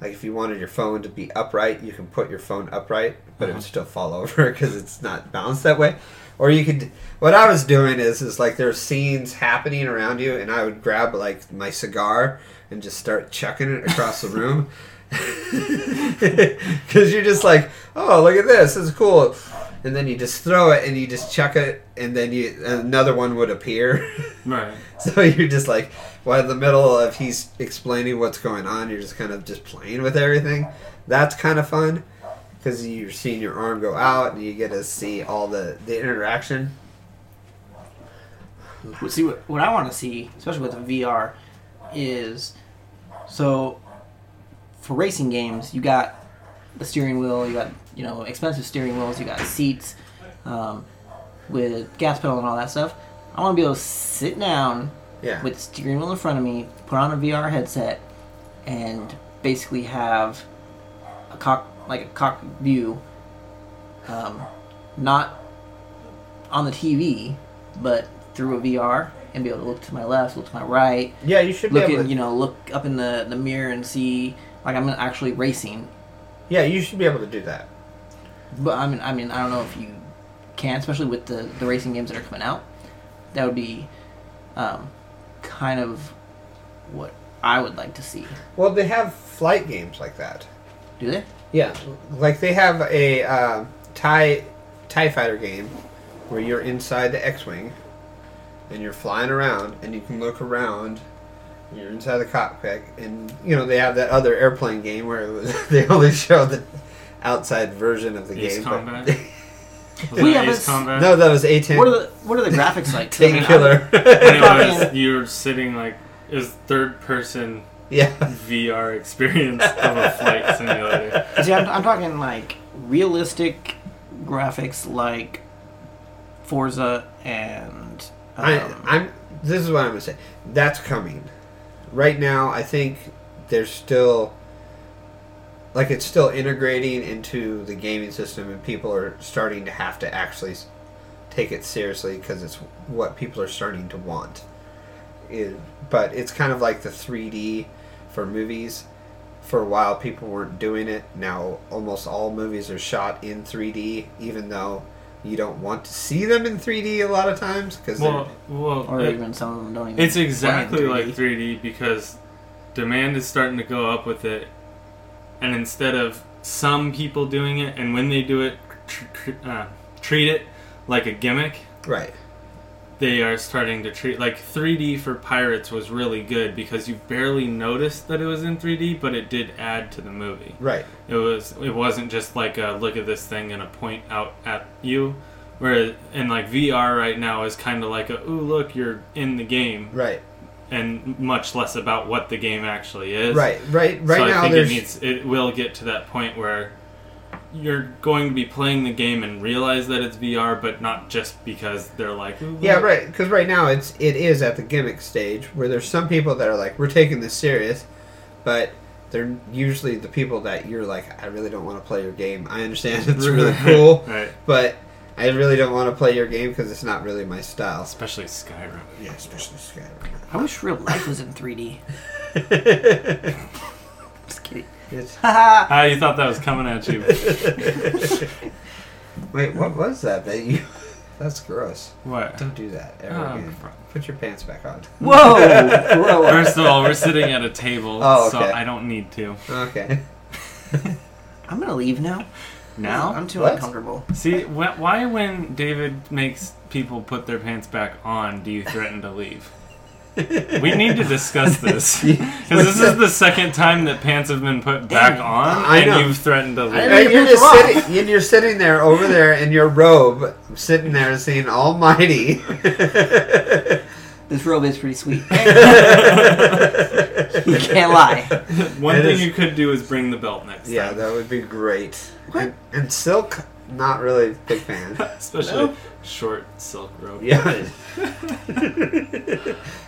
[SPEAKER 1] like if you wanted your phone to be upright, you can put your phone upright, but it would still fall <laughs> over because it's not balanced that way. Or you could. What I was doing is is like there's scenes happening around you, and I would grab like my cigar and just start chucking it across the room. <laughs> Because you're just like, oh, look at this, this is cool, and then you just throw it and you just chuck it, and then you another one would appear. <laughs>
[SPEAKER 2] Right.
[SPEAKER 1] so you're just like, while in the middle of he's explaining what's going on, you're just kind of just playing with everything. That's kind of fun because you're seeing your arm go out and you get to see all the the interaction.
[SPEAKER 3] Well, See what, what I want to see, especially with the VR, is so for racing games you got the steering wheel, you got you know expensive steering wheels, you got seats um, with gas pedal and all that stuff. I want to be able to sit down
[SPEAKER 1] Yeah.
[SPEAKER 3] with the steering wheel in front of me, put on a VR headset, and basically have a cock like a cock view, um, not on the TV, but through a VR, and be able to look to my left, look to my right,
[SPEAKER 1] yeah, you should be
[SPEAKER 3] look
[SPEAKER 1] able.
[SPEAKER 3] in,
[SPEAKER 1] To,
[SPEAKER 3] you know look up in the the mirror and see like I'm actually racing.
[SPEAKER 1] yeah, you should be able to do that.
[SPEAKER 3] But I mean, I mean, I don't know if you can, especially with the the racing games that are coming out. That would be um, kind of what I would like to see.
[SPEAKER 1] Well, they have flight games like that.
[SPEAKER 3] Do they?
[SPEAKER 1] Yeah, like they have a uh, tie tie fighter game where you're inside the X-wing and you're flying around and you can look around. and You're inside the cockpit, and you know they have that other airplane game where it was <laughs> they only show the outside version of the
[SPEAKER 2] Ace
[SPEAKER 1] game.
[SPEAKER 2] Combat? Was
[SPEAKER 3] We
[SPEAKER 2] it
[SPEAKER 3] have
[SPEAKER 2] Ace
[SPEAKER 3] a-
[SPEAKER 1] <laughs>
[SPEAKER 2] Combat?
[SPEAKER 1] no, that was A10.
[SPEAKER 3] What are the what are the graphics
[SPEAKER 1] <laughs>
[SPEAKER 3] like? 'Cause I mean, I-
[SPEAKER 1] Painkiller.
[SPEAKER 2] When it
[SPEAKER 1] <laughs>
[SPEAKER 2] was-
[SPEAKER 3] Fucking-
[SPEAKER 2] you're sitting like it was third person
[SPEAKER 1] yeah.
[SPEAKER 2] VR experience of a flight simulator.
[SPEAKER 3] <laughs> See, I'm, I'm talking like realistic graphics, like Forza and um,
[SPEAKER 1] I, I'm. This is what I'm gonna say. That's coming. Right now, I think there's still, like, it's still integrating into the gaming system, and people are starting to have to actually s- take it seriously because it's what people are starting to want. It, but it's kind of like the 3D for movies. For a while, people weren't doing it. Now, almost all movies are shot in 3D, even though you don't want to see them in 3D a lot of times because
[SPEAKER 2] Well, well,
[SPEAKER 3] or
[SPEAKER 2] it-
[SPEAKER 3] even some of them don't even.
[SPEAKER 2] it's
[SPEAKER 3] play in
[SPEAKER 2] exactly
[SPEAKER 3] 3D.
[SPEAKER 2] like 3D because demand is starting to go up with it, and instead of some people doing it, and when they do it, tr- tr- uh, treat it like a gimmick.
[SPEAKER 1] right.
[SPEAKER 2] they are starting to treat like 3D for Pirates was really good because you barely noticed that it was in 3D, but it did add to the movie.
[SPEAKER 1] Right.
[SPEAKER 2] It was it wasn't just like a look at this thing and a point out at you. Where and like VR right now is kind of like a ooh look you're in the game
[SPEAKER 1] Right.
[SPEAKER 2] and much less about what the game actually is.
[SPEAKER 1] Right. Right. Right
[SPEAKER 2] so I
[SPEAKER 1] now
[SPEAKER 2] think it
[SPEAKER 1] there's
[SPEAKER 2] needs it will get to that point where you're going to be playing the game and realize that it's VR, but not just because they're like ooh,
[SPEAKER 1] yeah
[SPEAKER 2] look.
[SPEAKER 1] right because right now it's it is at the gimmick stage where there's some people that are like we're taking this serious, but they're usually the people that you're like I really don't want to play your game. I understand <laughs> it's
[SPEAKER 2] <laughs>
[SPEAKER 1] really cool,
[SPEAKER 2] right.
[SPEAKER 1] but I really don't want to play your game because it's not really my
[SPEAKER 2] <laughs>
[SPEAKER 1] style.
[SPEAKER 2] Especially Skyrim.
[SPEAKER 1] Yeah, especially
[SPEAKER 3] I wish real life was in <laughs> 3D.
[SPEAKER 1] Skyrim.
[SPEAKER 3] Just kidding.
[SPEAKER 1] It's-
[SPEAKER 3] Haha.
[SPEAKER 2] Ah, you thought that was coming at
[SPEAKER 1] <laughs>
[SPEAKER 2] you.
[SPEAKER 1] <laughs> Wait, what was that? That you? <laughs> That's gross.
[SPEAKER 2] what?
[SPEAKER 1] Don't do that ever
[SPEAKER 2] Oh,
[SPEAKER 1] again. Put your pants back on. <laughs>
[SPEAKER 3] Whoa! grow up.
[SPEAKER 2] First of all, we're sitting at a table,
[SPEAKER 1] <laughs> Oh,
[SPEAKER 2] so
[SPEAKER 1] okay.
[SPEAKER 2] I don't need to.
[SPEAKER 1] Okay.
[SPEAKER 3] I'm gonna leave now.
[SPEAKER 2] Now?
[SPEAKER 3] I'm too
[SPEAKER 1] What?
[SPEAKER 3] uncomfortable.
[SPEAKER 2] See, wh- why when David makes people put their pants back on do you threaten to leave? We need to
[SPEAKER 1] <laughs>
[SPEAKER 2] discuss this. Because this is the second time that pants have been put back on,
[SPEAKER 1] I
[SPEAKER 2] and
[SPEAKER 1] know.
[SPEAKER 2] you've threatened to leave.
[SPEAKER 3] didn't-
[SPEAKER 1] And you're
[SPEAKER 3] Hey,
[SPEAKER 1] just
[SPEAKER 3] Rob.
[SPEAKER 1] sitting, and you're sitting there over there in your robe, sitting there saying, "Almighty."
[SPEAKER 3] This robe is pretty sweet.
[SPEAKER 1] <laughs>
[SPEAKER 3] you can't lie.
[SPEAKER 2] One
[SPEAKER 1] It
[SPEAKER 2] thing
[SPEAKER 1] is-
[SPEAKER 2] you could do is bring the belt next
[SPEAKER 1] yeah,
[SPEAKER 2] time.
[SPEAKER 1] that would be great.
[SPEAKER 3] What?
[SPEAKER 1] And, and silk, not really a big
[SPEAKER 3] <laughs>
[SPEAKER 1] fan.
[SPEAKER 2] Especially short silk robe.
[SPEAKER 1] Yeah.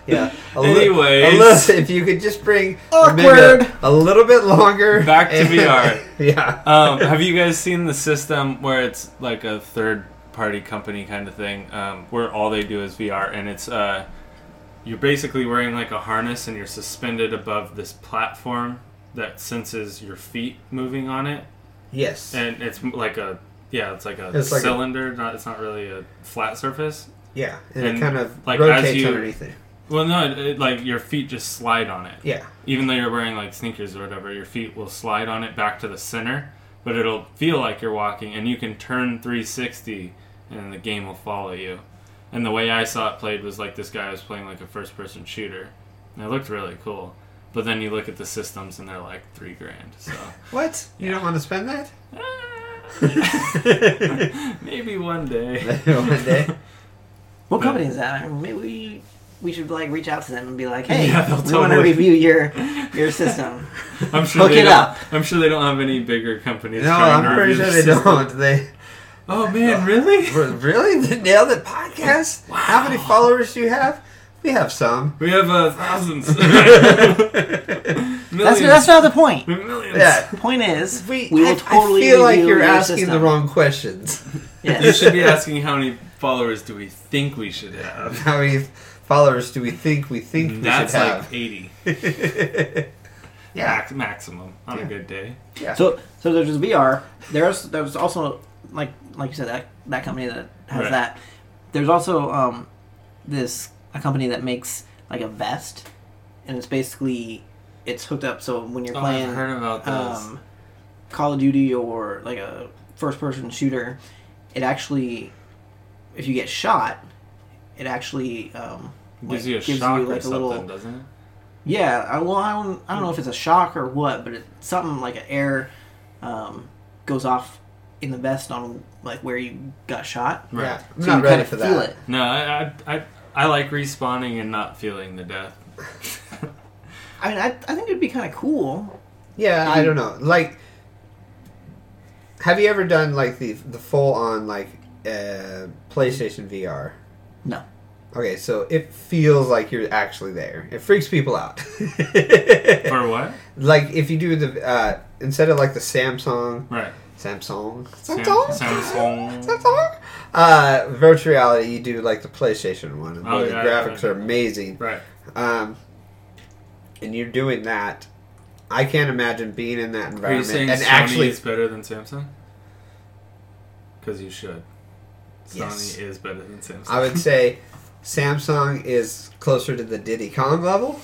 [SPEAKER 1] yeah. A li-
[SPEAKER 2] Anyways.
[SPEAKER 1] a little, if you could just bring maybe
[SPEAKER 3] Awkward.
[SPEAKER 1] a, a little bit longer
[SPEAKER 2] Back to
[SPEAKER 1] and-
[SPEAKER 2] VR.
[SPEAKER 1] <laughs> yeah.
[SPEAKER 2] um, have you guys seen the system where it's like a third party company kind of thing um, where all they do is VR and it's uh, you're basically wearing like a harness and you're suspended above this platform that senses your feet moving on it
[SPEAKER 1] yes.
[SPEAKER 2] and it's m- like a yeah it's like a
[SPEAKER 1] It's like a-
[SPEAKER 2] cylinder not it's not really a flat surface
[SPEAKER 1] yeah. And,
[SPEAKER 2] and,
[SPEAKER 1] it kind of
[SPEAKER 2] like, as
[SPEAKER 1] rotates
[SPEAKER 2] you-
[SPEAKER 1] underneath it.
[SPEAKER 2] well no it, it, like your feet just slide on it
[SPEAKER 1] Yeah.
[SPEAKER 2] even though you're wearing like sneakers or whatever, your feet will slide on it back to the center, but it'll feel like you're walking, and you can turn 360, and the game will follow you. And the way I saw it played was like this guy was playing like a first-person shooter, and it looked really cool. But then you look at the systems, and they're like three grand.
[SPEAKER 1] <laughs>
[SPEAKER 2] So <laughs>
[SPEAKER 1] What? You
[SPEAKER 2] Yeah.
[SPEAKER 1] don't want to spend
[SPEAKER 3] <laughs>
[SPEAKER 1] that?
[SPEAKER 2] ah, maybe one
[SPEAKER 1] <laughs>
[SPEAKER 2] day.
[SPEAKER 1] One day.
[SPEAKER 3] What
[SPEAKER 2] But-
[SPEAKER 3] company is that? I mean, Maybe we, we should like reach out to them and be like, "Hey,
[SPEAKER 2] Yeah, they'll
[SPEAKER 3] we
[SPEAKER 2] tell
[SPEAKER 3] want to
[SPEAKER 2] me.
[SPEAKER 3] review
[SPEAKER 1] <laughs>
[SPEAKER 3] your your system."
[SPEAKER 2] I'm sure
[SPEAKER 3] Hook
[SPEAKER 2] they
[SPEAKER 3] it
[SPEAKER 2] don't,
[SPEAKER 3] up.
[SPEAKER 2] I'm sure they don't have any bigger companies.
[SPEAKER 1] No,
[SPEAKER 2] trying to
[SPEAKER 1] I'm pretty
[SPEAKER 2] review
[SPEAKER 1] sure
[SPEAKER 2] the
[SPEAKER 1] they
[SPEAKER 2] system.
[SPEAKER 3] <laughs>
[SPEAKER 1] don't. They
[SPEAKER 2] Oh man, really?
[SPEAKER 1] Re- <laughs> Really? The Nailed It podcast? How many followers do you have? We have
[SPEAKER 3] <laughs>
[SPEAKER 1] some.
[SPEAKER 2] We have
[SPEAKER 1] <laughs>
[SPEAKER 2] uh, thousands. <laughs>
[SPEAKER 3] That's
[SPEAKER 2] Millions.
[SPEAKER 3] that's not the point.
[SPEAKER 2] Millions.
[SPEAKER 1] Yeah.
[SPEAKER 3] The point is,
[SPEAKER 1] We,
[SPEAKER 3] we, will
[SPEAKER 1] I,
[SPEAKER 3] totally.
[SPEAKER 1] I feel like
[SPEAKER 3] review
[SPEAKER 1] you're
[SPEAKER 3] your
[SPEAKER 1] asking the
[SPEAKER 3] system.
[SPEAKER 1] wrong questions. <laughs>
[SPEAKER 2] You
[SPEAKER 3] Yes.
[SPEAKER 2] should be asking how many followers do we think we should have.
[SPEAKER 1] How many followers do we think we think
[SPEAKER 2] That's
[SPEAKER 1] we should
[SPEAKER 2] like
[SPEAKER 1] have?
[SPEAKER 2] 80
[SPEAKER 1] yeah.
[SPEAKER 2] max, maximum on
[SPEAKER 1] <laughs> Yeah.
[SPEAKER 2] a good day.
[SPEAKER 1] yeah.
[SPEAKER 3] So, so there's just VR. There's there's also like like you said that that company that has
[SPEAKER 2] Right.
[SPEAKER 3] that. There's also um, this a company that makes like a vest, and it's basically it's hooked up so when you're
[SPEAKER 2] Oh,
[SPEAKER 3] playing
[SPEAKER 2] I've heard about this.
[SPEAKER 3] um, Call of Duty or like a first person shooter, it actually, if you get shot, it actually um,
[SPEAKER 2] gives
[SPEAKER 3] like,
[SPEAKER 2] you a shock or something,
[SPEAKER 3] little
[SPEAKER 2] doesn't it?
[SPEAKER 3] yeah. I, well, I don't, I don't know if it's a shock or what, but it, something like an air um, goes off in the vest on like where you got shot.
[SPEAKER 2] Right.
[SPEAKER 1] Yeah, I'm
[SPEAKER 3] So
[SPEAKER 1] not
[SPEAKER 3] you
[SPEAKER 1] ready
[SPEAKER 3] kinda
[SPEAKER 1] for
[SPEAKER 3] feel
[SPEAKER 1] that.
[SPEAKER 3] it.
[SPEAKER 2] No, I, I, I, I like respawning and not feeling the death.
[SPEAKER 3] I mean, I, I think it'd be kind of cool.
[SPEAKER 1] Yeah, I don't know. Like, have you ever done like the the full on like uh, PlayStation VR?
[SPEAKER 3] <laughs> No.
[SPEAKER 1] Okay, so it feels like you're actually there. It freaks people
[SPEAKER 2] <laughs>
[SPEAKER 1] out. <laughs>
[SPEAKER 2] or what?
[SPEAKER 1] like if you do the uh, instead of like the Samsung,
[SPEAKER 2] Right.
[SPEAKER 1] Samsung,
[SPEAKER 2] Sam-
[SPEAKER 1] Samsung,
[SPEAKER 2] Samsung.
[SPEAKER 1] Samsung. Uh, virtual reality, you do like the PlayStation one. and
[SPEAKER 2] Oh,
[SPEAKER 1] the
[SPEAKER 2] yeah,
[SPEAKER 1] graphics
[SPEAKER 2] yeah.
[SPEAKER 1] are amazing.
[SPEAKER 2] Right.
[SPEAKER 1] Um, and you're doing that. I can't imagine being in that
[SPEAKER 2] Are you
[SPEAKER 1] environment
[SPEAKER 2] saying
[SPEAKER 1] and
[SPEAKER 2] Sony
[SPEAKER 1] actually
[SPEAKER 2] is better than Samsung? Because you should. Sony
[SPEAKER 1] Yes.
[SPEAKER 2] is better than Samsung.
[SPEAKER 1] I would say Samsung is closer to the Diddy Kong level,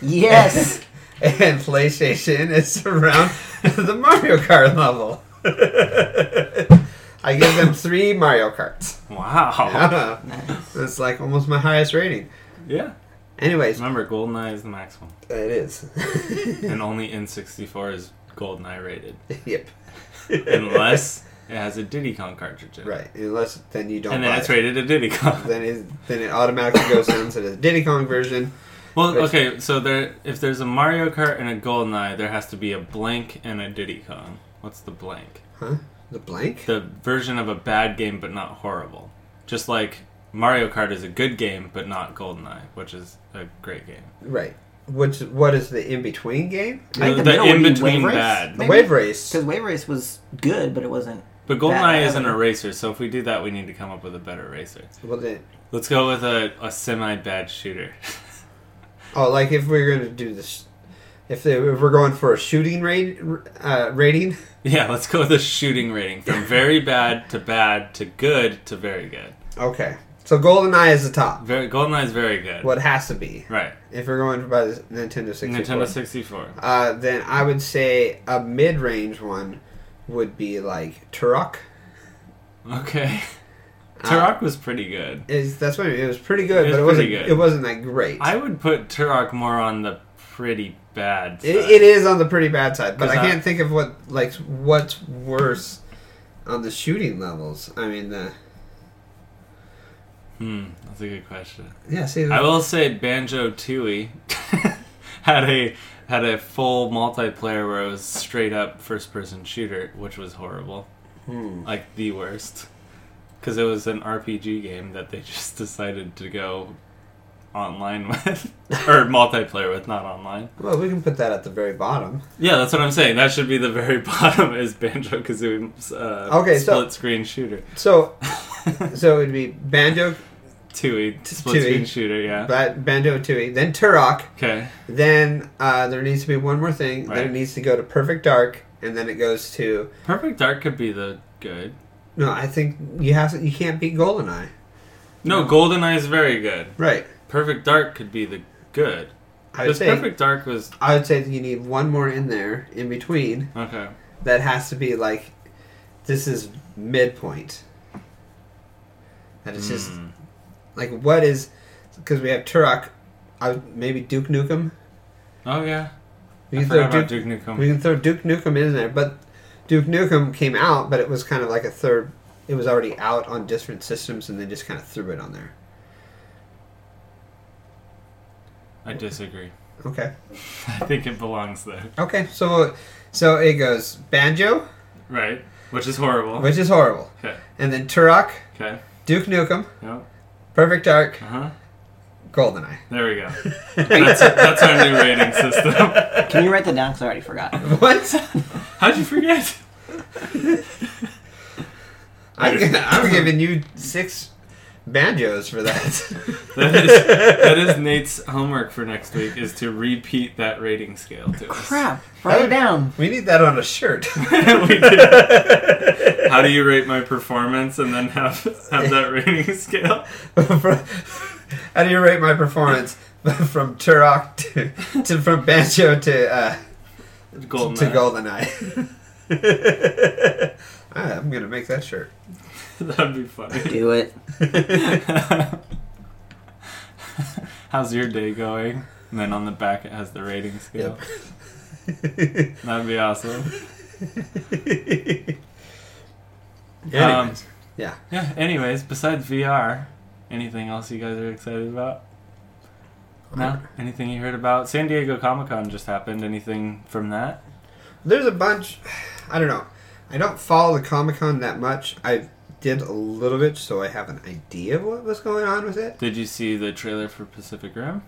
[SPEAKER 3] Yes. <laughs>
[SPEAKER 1] and PlayStation is around <laughs> the Mario Kart level. <laughs> I give them three Mario Karts.
[SPEAKER 2] wow.
[SPEAKER 1] <laughs> That's like almost my highest rating.
[SPEAKER 2] yeah.
[SPEAKER 1] Anyways, it
[SPEAKER 2] Remember, GoldenEye is the maximum,
[SPEAKER 1] is. <laughs>
[SPEAKER 2] and only N64 is GoldenEye rated,
[SPEAKER 1] yep.
[SPEAKER 2] unless it has a Diddy Kong cartridge. In it.
[SPEAKER 1] Right, unless then you don't.
[SPEAKER 2] And then
[SPEAKER 1] buy
[SPEAKER 2] it's
[SPEAKER 1] it.
[SPEAKER 2] rated a
[SPEAKER 1] <laughs>
[SPEAKER 2] Diddy Kong.
[SPEAKER 1] Then it then it automatically goes down to the Diddy Kong version.
[SPEAKER 2] Well,
[SPEAKER 1] Which-
[SPEAKER 2] okay, so there, if there's a Mario Kart and a GoldenEye, there has to be a blank and a Diddy Kong. What's the blank?
[SPEAKER 1] Huh? The blank.
[SPEAKER 2] The version of a bad game, but not horrible. Just like Mario Kart is a good game, but not GoldenEye, which is a great game.
[SPEAKER 1] Right. Which what is the in between game?
[SPEAKER 3] I think
[SPEAKER 2] The- the
[SPEAKER 3] the middle would be
[SPEAKER 2] in-between
[SPEAKER 3] Wave Race.
[SPEAKER 2] bad.
[SPEAKER 1] The
[SPEAKER 3] Maybe.
[SPEAKER 1] wave race.
[SPEAKER 3] Because Wave Race was good, but it wasn't.
[SPEAKER 2] But GoldenEye
[SPEAKER 3] Bad.
[SPEAKER 2] is an eraser, so if we do that, we need to come up with a better eraser.
[SPEAKER 1] Well, then,
[SPEAKER 2] Let's go with a, a semi bad shooter. <laughs>
[SPEAKER 1] oh, like if we're gonna do this, if, they, if we're going for a shooting rate uh, rating,
[SPEAKER 2] yeah, let's go with a shooting
[SPEAKER 1] <laughs>
[SPEAKER 2] rating from very bad to bad to good to very good.
[SPEAKER 1] okay. So GoldenEye is the top.
[SPEAKER 2] Very, GoldenEye is very good.
[SPEAKER 1] What has to be
[SPEAKER 2] Right.
[SPEAKER 1] if we're going by the Nintendo 64.
[SPEAKER 2] Nintendo 64.
[SPEAKER 1] Uh, then I would say a mid-range one would be like Turok.
[SPEAKER 2] <laughs> Okay.
[SPEAKER 1] Uh,
[SPEAKER 2] Turok was pretty good.
[SPEAKER 1] Is that's what I mean. it was pretty good,
[SPEAKER 2] It
[SPEAKER 1] but it
[SPEAKER 2] was
[SPEAKER 1] wasn't.
[SPEAKER 2] pretty good.
[SPEAKER 1] It wasn't that great.
[SPEAKER 2] I would put Turok more on the pretty bad side.
[SPEAKER 1] It, it is on the pretty bad side, but I
[SPEAKER 2] 'Cause I-
[SPEAKER 1] can't think of what like what's worse on the shooting levels. I mean, the
[SPEAKER 2] Hmm, that's a good question.
[SPEAKER 1] yeah. See,
[SPEAKER 2] I will say Banjo Tooie <laughs> had a had a full multiplayer where it was straight up first person shooter, which was horrible,
[SPEAKER 1] Hmm.
[SPEAKER 2] like the worst, because it was an RPG game that they <laughs> just decided to go online with <laughs> or multiplayer with, not online.
[SPEAKER 1] Well, we can put that at the very bottom.
[SPEAKER 2] Yeah, that's what I'm saying. That should be the very <laughs> bottom is Banjo Kazooie. Uh,
[SPEAKER 1] Okay, so-
[SPEAKER 2] split screen shooter.
[SPEAKER 1] So, so it'd be Banjo,
[SPEAKER 2] Tui
[SPEAKER 1] T-
[SPEAKER 2] split screen
[SPEAKER 1] Tui.
[SPEAKER 2] shooter. Yeah.
[SPEAKER 1] ba- Banjo Tooie, then Turok,
[SPEAKER 2] Okay.
[SPEAKER 1] then uh, there needs to be one more thing. Then
[SPEAKER 2] Right.
[SPEAKER 1] it needs to go to Perfect Dark, and then it goes to
[SPEAKER 2] Perfect Dark could be the good.
[SPEAKER 1] no. I think you have to, you can't beat Goldeneye,
[SPEAKER 2] No, GoldenEye is very good.
[SPEAKER 1] right?
[SPEAKER 2] Perfect Dark could be the good.
[SPEAKER 1] I would
[SPEAKER 2] Because
[SPEAKER 1] say
[SPEAKER 2] Perfect Dark was
[SPEAKER 1] I would say that you need one more in there in between
[SPEAKER 2] okay.
[SPEAKER 1] that has to be like this is midpoint. That it's just
[SPEAKER 2] Mm.
[SPEAKER 1] like what is because we have Turok, I would, maybe Duke Nukem.
[SPEAKER 2] Oh yeah.
[SPEAKER 1] We
[SPEAKER 2] I
[SPEAKER 1] can,
[SPEAKER 2] forgot
[SPEAKER 1] throw
[SPEAKER 2] about
[SPEAKER 1] Duke,
[SPEAKER 2] Duke Nukem.
[SPEAKER 1] we can throw Duke Nukem in there, but Duke Nukem came out, but it was kind of like a third. It was already out on different systems, and they just kind of threw it on there.
[SPEAKER 2] I disagree. <laughs>
[SPEAKER 1] Okay.
[SPEAKER 2] I think it belongs there.
[SPEAKER 1] Okay. So, so it goes Banjo,
[SPEAKER 2] Right. Which is horrible.
[SPEAKER 1] which is horrible,
[SPEAKER 2] Okay.
[SPEAKER 1] and then Turok,
[SPEAKER 2] Okay.
[SPEAKER 1] Duke Nukem,
[SPEAKER 2] Yep.
[SPEAKER 1] Perfect Dark,
[SPEAKER 2] Uh huh.
[SPEAKER 1] Goldeneye. <laughs>
[SPEAKER 2] There we go. That's, that's our new rating system. <laughs>
[SPEAKER 3] Can you write that down? Because I already forgot.
[SPEAKER 1] What?
[SPEAKER 2] How'd you forget?
[SPEAKER 1] I'm, I'm giving you six banjos for that.
[SPEAKER 2] <laughs> That is, that is Nate's homework for next week is to repeat that rating scale to us.
[SPEAKER 3] Crap. Write it down.
[SPEAKER 1] <laughs> We need that on a shirt.
[SPEAKER 2] <laughs> We could- how do you rate my performance and then have have that rating <laughs> scale?
[SPEAKER 1] How do you rate my performance <laughs> from Turok to, to from banjo to uh,
[SPEAKER 2] Golden.
[SPEAKER 1] to Goldeneye? <laughs> Ah, I'm gonna make that shirt.
[SPEAKER 2] <laughs>
[SPEAKER 1] <laughs>
[SPEAKER 2] That'd be funny.
[SPEAKER 3] Do it.
[SPEAKER 2] <laughs> How's your day going? And then on the back it has the rating scale. That'd be awesome.
[SPEAKER 1] Anyways.
[SPEAKER 2] Um, Yeah. Anyways, besides VR, anything else you guys are excited about? No. Anything you heard about? San Diego Comic Con just happened. Anything from that?
[SPEAKER 1] There's a bunch. I don't know. I don't follow the Comic Con that much. I did a little bit, so I have an idea of what was going on with it.
[SPEAKER 2] Did you see the trailer for Pacific Rim?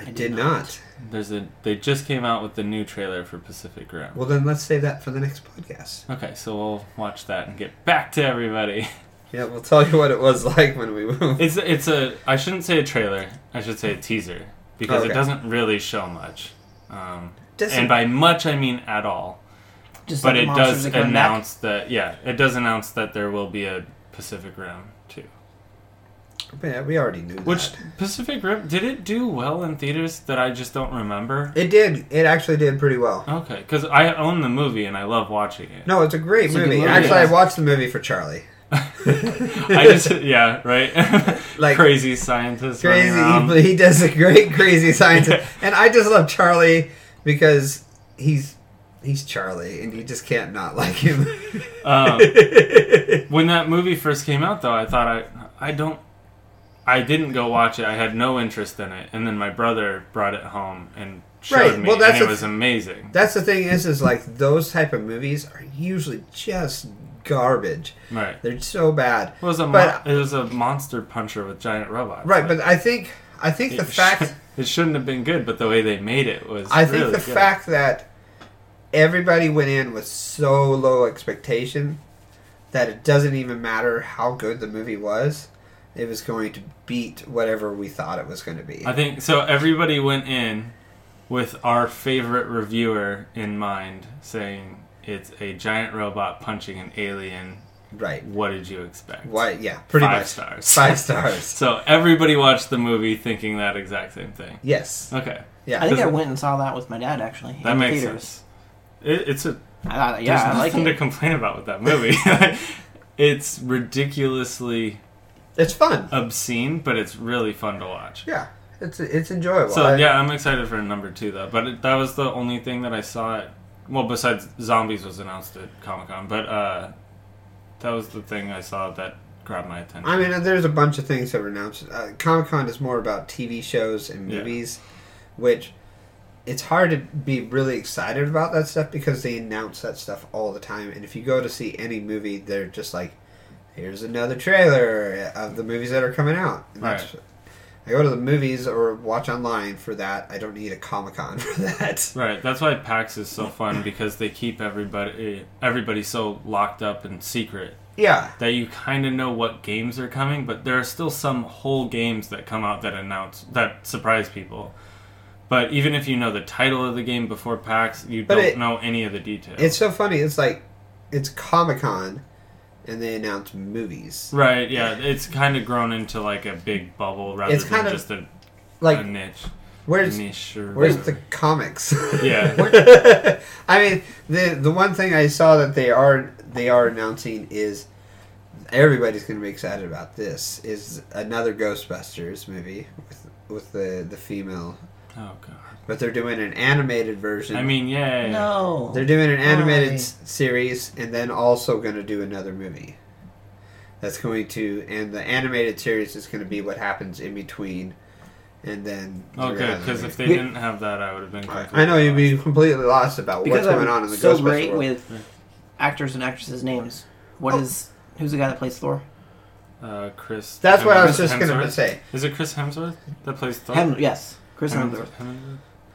[SPEAKER 1] I,
[SPEAKER 3] did
[SPEAKER 1] did,
[SPEAKER 3] not.
[SPEAKER 1] not.
[SPEAKER 2] There's a. They just came out with the new trailer for Pacific Rim.
[SPEAKER 1] Well, then let's save that for the next podcast.
[SPEAKER 2] Okay, so we'll watch that and get back to everybody.
[SPEAKER 1] Yeah, we'll tell you what it was <laughs> like when we moved.
[SPEAKER 2] It's it's a. I shouldn't say a trailer. I should say a teaser because it
[SPEAKER 1] Okay.
[SPEAKER 2] doesn't really show much. Um,
[SPEAKER 1] Doesn't-
[SPEAKER 2] and by much I mean at all.
[SPEAKER 3] Just
[SPEAKER 2] but
[SPEAKER 3] like
[SPEAKER 2] it
[SPEAKER 3] the monsters
[SPEAKER 2] does
[SPEAKER 3] that come back.
[SPEAKER 2] announce that yeah it does announce that there will be a pacific rim too
[SPEAKER 1] yeah, we already knew that.
[SPEAKER 2] which pacific rim did it do well in theaters that i just don't remember
[SPEAKER 1] it did. It actually did pretty well.
[SPEAKER 2] okay because i own the movie and i love watching it
[SPEAKER 1] No, it's a great
[SPEAKER 3] It's a good
[SPEAKER 1] movie.
[SPEAKER 3] movie,
[SPEAKER 1] actually,
[SPEAKER 3] yeah.
[SPEAKER 1] I watched the movie for
[SPEAKER 3] <laughs>
[SPEAKER 1] Charlie.
[SPEAKER 2] <laughs> i just yeah right <laughs>
[SPEAKER 1] Like-
[SPEAKER 2] crazy scientist
[SPEAKER 1] <laughs>
[SPEAKER 2] running
[SPEAKER 1] Crazy,
[SPEAKER 3] Um,
[SPEAKER 2] around.
[SPEAKER 1] he, he does a great crazy scientist, and I just love Charlie because he's he's Charlie, and you just can't not like
[SPEAKER 3] <laughs>
[SPEAKER 1] him.
[SPEAKER 2] Um, when that movie first came out, though, I thought I I don't I didn't go watch it. I had no interest in it, and then my brother brought it home and showed
[SPEAKER 1] Right,
[SPEAKER 2] me,
[SPEAKER 1] well, that's
[SPEAKER 2] and it
[SPEAKER 1] a-
[SPEAKER 2] was amazing.
[SPEAKER 1] That's the thing is, is like those type of movies are usually just garbage.
[SPEAKER 2] right.
[SPEAKER 1] They're so bad.
[SPEAKER 2] It was a mon
[SPEAKER 1] But-
[SPEAKER 2] it was a monster puncher with giant robots.
[SPEAKER 1] Right, but I think I think
[SPEAKER 2] It
[SPEAKER 1] the
[SPEAKER 2] sh-
[SPEAKER 1] fact
[SPEAKER 2] it shouldn't have been good, but the way they made it was.
[SPEAKER 1] I think
[SPEAKER 2] really
[SPEAKER 1] the
[SPEAKER 2] good.
[SPEAKER 1] fact that everybody went in with so low expectation that it doesn't even matter how good the movie was, it was going to beat whatever we thought it was going to be.
[SPEAKER 2] I think so. Everybody went in with our favorite reviewer in mind, saying it's a giant robot punching an alien.
[SPEAKER 1] Right.
[SPEAKER 2] What did you expect?
[SPEAKER 1] Why? Yeah, pretty
[SPEAKER 2] Five
[SPEAKER 1] much.
[SPEAKER 2] stars.
[SPEAKER 1] Five
[SPEAKER 2] <laughs>
[SPEAKER 1] stars.
[SPEAKER 2] So everybody watched the movie thinking that exact same thing.
[SPEAKER 1] yes.
[SPEAKER 2] Okay,
[SPEAKER 1] Yeah.
[SPEAKER 3] I think I
[SPEAKER 2] Doesn't-
[SPEAKER 3] went and saw that with my dad actually. in
[SPEAKER 2] that
[SPEAKER 3] the
[SPEAKER 2] makes
[SPEAKER 3] theaters.
[SPEAKER 2] sense. It, it's a
[SPEAKER 3] I thought,
[SPEAKER 2] There's
[SPEAKER 3] yeah, I like
[SPEAKER 2] nothing to
[SPEAKER 3] it.
[SPEAKER 2] complain about with that movie. <laughs> it's ridiculously
[SPEAKER 1] it's fun.
[SPEAKER 2] obscene, but it's really fun to watch.
[SPEAKER 1] Yeah. It's it's enjoyable.
[SPEAKER 2] So
[SPEAKER 1] I-
[SPEAKER 2] yeah, I'm excited for number two though. But it, that was the only thing that I saw. At, well, besides zombies was announced at Comic Con, but uh, that was the thing I saw that grabbed my attention.
[SPEAKER 1] I mean, there's a bunch of things that were announced. Uh, Comic Con is more about TV shows and
[SPEAKER 2] Yeah.
[SPEAKER 1] movies, which it's hard to be really excited about that stuff because they announce that stuff all the time. And if you go to see any movie, they're just like, here's another trailer of the movies that are coming out. And that's- I go to the movies or watch online for that. I don't need a Comic Con <laughs> for that.
[SPEAKER 2] Right, that's why PAX is so fun because they keep everybody everybody so locked up and secret
[SPEAKER 1] Yeah.
[SPEAKER 2] that you kind of know what games are coming, but there are still some whole games that come out that announce that surprise people. But even if you know the title of the game before PAX, you
[SPEAKER 1] But
[SPEAKER 2] don't
[SPEAKER 1] it-
[SPEAKER 2] know any of the details.
[SPEAKER 1] It's so funny. It's like, it's Comic Con and they announce movies.
[SPEAKER 2] right, yeah, it's kind of grown into like a big bubble rather
[SPEAKER 1] It's
[SPEAKER 2] than
[SPEAKER 1] kind of
[SPEAKER 2] just a, a
[SPEAKER 1] Like,
[SPEAKER 2] niche.
[SPEAKER 1] where's
[SPEAKER 2] niche or
[SPEAKER 1] Where's
[SPEAKER 2] whatever.
[SPEAKER 1] the comics?
[SPEAKER 2] <laughs>
[SPEAKER 1] <laughs>
[SPEAKER 2] Yeah.
[SPEAKER 1] I mean, the the one thing I saw that they are they are announcing is everybody's going to be excited about this is another Ghostbusters movie with with the the female,
[SPEAKER 2] Oh god.
[SPEAKER 1] but they're doing an animated version.
[SPEAKER 2] I mean, yeah.
[SPEAKER 3] No.
[SPEAKER 1] they're doing an animated
[SPEAKER 3] Why?
[SPEAKER 1] s- series and then also going to do another movie. That's going to and the animated series is going to be what happens in between, and then
[SPEAKER 2] Oh,
[SPEAKER 1] they're
[SPEAKER 2] good,
[SPEAKER 1] gonna-
[SPEAKER 2] because if they
[SPEAKER 1] We-
[SPEAKER 2] didn't have that, I would have been.
[SPEAKER 1] I I know you'd be completely lost about
[SPEAKER 3] because
[SPEAKER 1] what's going
[SPEAKER 3] I'm
[SPEAKER 1] on in the
[SPEAKER 3] so
[SPEAKER 1] Ghostbusters
[SPEAKER 3] great
[SPEAKER 1] world.
[SPEAKER 3] with actors and actresses' names. What is
[SPEAKER 1] Oh.
[SPEAKER 3] who's the guy that plays Thor?
[SPEAKER 2] Uh, Chris.
[SPEAKER 1] That's what I was
[SPEAKER 2] Chris
[SPEAKER 1] just going
[SPEAKER 2] Hemsworth?
[SPEAKER 1] to say.
[SPEAKER 2] Is it Chris Hemsworth that plays Thor?
[SPEAKER 3] Hem, yes, Chris Hemsworth.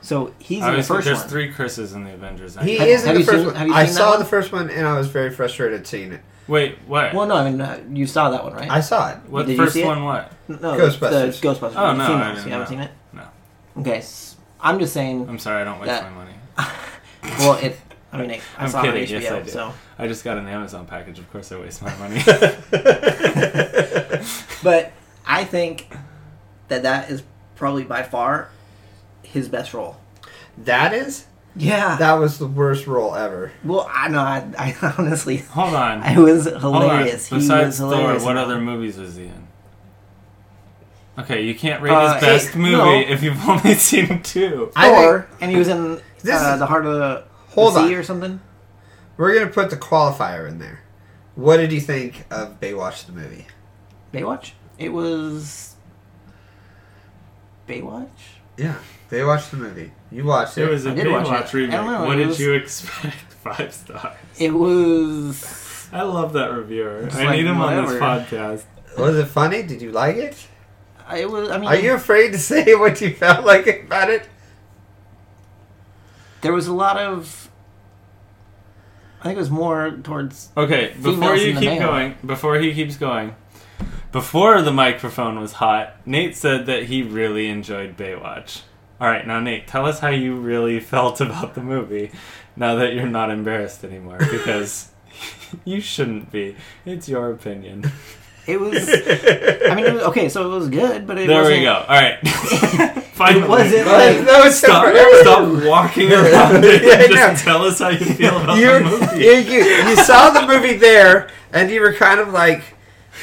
[SPEAKER 3] So he's in the
[SPEAKER 2] Obviously,
[SPEAKER 3] first
[SPEAKER 2] there's
[SPEAKER 3] one.
[SPEAKER 2] three Chris's in the Avengers.
[SPEAKER 1] He
[SPEAKER 3] Have-
[SPEAKER 1] is
[SPEAKER 3] have
[SPEAKER 1] in the
[SPEAKER 3] you
[SPEAKER 1] first
[SPEAKER 3] seen-
[SPEAKER 1] one.
[SPEAKER 3] have you
[SPEAKER 1] I
[SPEAKER 3] seen that
[SPEAKER 1] saw
[SPEAKER 3] one?
[SPEAKER 1] the first one and I was very frustrated seeing it.
[SPEAKER 2] Wait, what?
[SPEAKER 3] Well, no, I mean uh, you saw that one, right?
[SPEAKER 1] I saw it.
[SPEAKER 2] what
[SPEAKER 3] did you
[SPEAKER 2] first
[SPEAKER 3] see it?
[SPEAKER 2] one? What?
[SPEAKER 3] no,
[SPEAKER 1] Ghostbusters.
[SPEAKER 3] The Ghostbusters.
[SPEAKER 2] Oh, no, I
[SPEAKER 3] Females.
[SPEAKER 2] didn't
[SPEAKER 3] you haven't
[SPEAKER 2] know.
[SPEAKER 3] seen it?
[SPEAKER 2] No,
[SPEAKER 3] Okay, s- I'm just saying.
[SPEAKER 2] I'm sorry. I don't waste
[SPEAKER 3] That-
[SPEAKER 2] my money.
[SPEAKER 3] Well, it. I mean, it, I
[SPEAKER 2] I'm
[SPEAKER 3] saw
[SPEAKER 2] kidding,
[SPEAKER 3] it on
[SPEAKER 2] yes,
[SPEAKER 3] HBO,
[SPEAKER 2] I did.
[SPEAKER 3] so.
[SPEAKER 2] I just got an Amazon package. Of course, I waste my
[SPEAKER 3] <laughs>
[SPEAKER 2] money. <laughs>
[SPEAKER 3] But I think that that is probably by far his best role.
[SPEAKER 1] that is
[SPEAKER 3] Yeah.
[SPEAKER 1] that was the worst role ever.
[SPEAKER 3] well, I know. I, I <laughs> honestly,
[SPEAKER 2] Hold on.
[SPEAKER 3] I was
[SPEAKER 2] Hold on.
[SPEAKER 3] hilarious. He was
[SPEAKER 2] Besides
[SPEAKER 3] hilarious.
[SPEAKER 2] Thor, what other movies was he in? Okay, you can't rate
[SPEAKER 3] Uh,
[SPEAKER 2] his best
[SPEAKER 3] it-
[SPEAKER 2] movie
[SPEAKER 3] no.
[SPEAKER 2] if you've only <laughs> seen two.
[SPEAKER 1] I
[SPEAKER 3] Thor,
[SPEAKER 1] think-
[SPEAKER 3] and he was in
[SPEAKER 1] This
[SPEAKER 3] uh,
[SPEAKER 1] is-
[SPEAKER 3] the heart of the,
[SPEAKER 1] Hold
[SPEAKER 3] the sea
[SPEAKER 1] on.
[SPEAKER 3] or something.
[SPEAKER 1] We're gonna put the qualifier in there. What did you think of Baywatch the movie?
[SPEAKER 3] Baywatch. It was Baywatch.
[SPEAKER 1] Yeah, Baywatch the movie. You watched it.
[SPEAKER 2] It was a
[SPEAKER 3] I did watch
[SPEAKER 2] Baywatch
[SPEAKER 3] it.
[SPEAKER 2] remake.
[SPEAKER 3] I don't know,
[SPEAKER 2] What
[SPEAKER 3] it
[SPEAKER 2] did
[SPEAKER 3] was-
[SPEAKER 2] you <laughs> expect? Five stars.
[SPEAKER 3] It was.
[SPEAKER 2] I love that reviewer.
[SPEAKER 3] It's
[SPEAKER 2] I
[SPEAKER 3] like,
[SPEAKER 2] need him on this
[SPEAKER 3] whatever.
[SPEAKER 2] podcast.
[SPEAKER 1] was it funny? Did you like it?
[SPEAKER 3] It was. I mean,
[SPEAKER 1] Are you afraid to <laughs> say what you felt like about it?
[SPEAKER 3] there was a lot of. I think it was more towards.
[SPEAKER 2] Okay, before
[SPEAKER 3] Females
[SPEAKER 2] you
[SPEAKER 3] in the
[SPEAKER 2] keep
[SPEAKER 3] mail.
[SPEAKER 2] going, before he keeps going, before the microphone was hot, Nate said that he really enjoyed Baywatch. All right, now Nate, tell us how you really <laughs> felt about the movie. Now that you're not embarrassed anymore,
[SPEAKER 3] <laughs>
[SPEAKER 2] because you shouldn't be. It's your opinion.
[SPEAKER 3] It was. I mean, it was, okay, so it was good, but it
[SPEAKER 2] there
[SPEAKER 3] wasn't.
[SPEAKER 2] we go. All
[SPEAKER 3] <laughs>
[SPEAKER 2] right, finally.
[SPEAKER 3] wasn't
[SPEAKER 1] Like, <laughs> <laughs>
[SPEAKER 3] Like,
[SPEAKER 1] that was so
[SPEAKER 3] <laughs>
[SPEAKER 2] Stop,
[SPEAKER 1] forever.
[SPEAKER 2] stop walking around it.
[SPEAKER 1] Yeah, I
[SPEAKER 2] just
[SPEAKER 1] know.
[SPEAKER 2] tell us how you feel about
[SPEAKER 1] You're-
[SPEAKER 2] the movie.
[SPEAKER 1] you, you, you saw the movie there, and you were kind of like,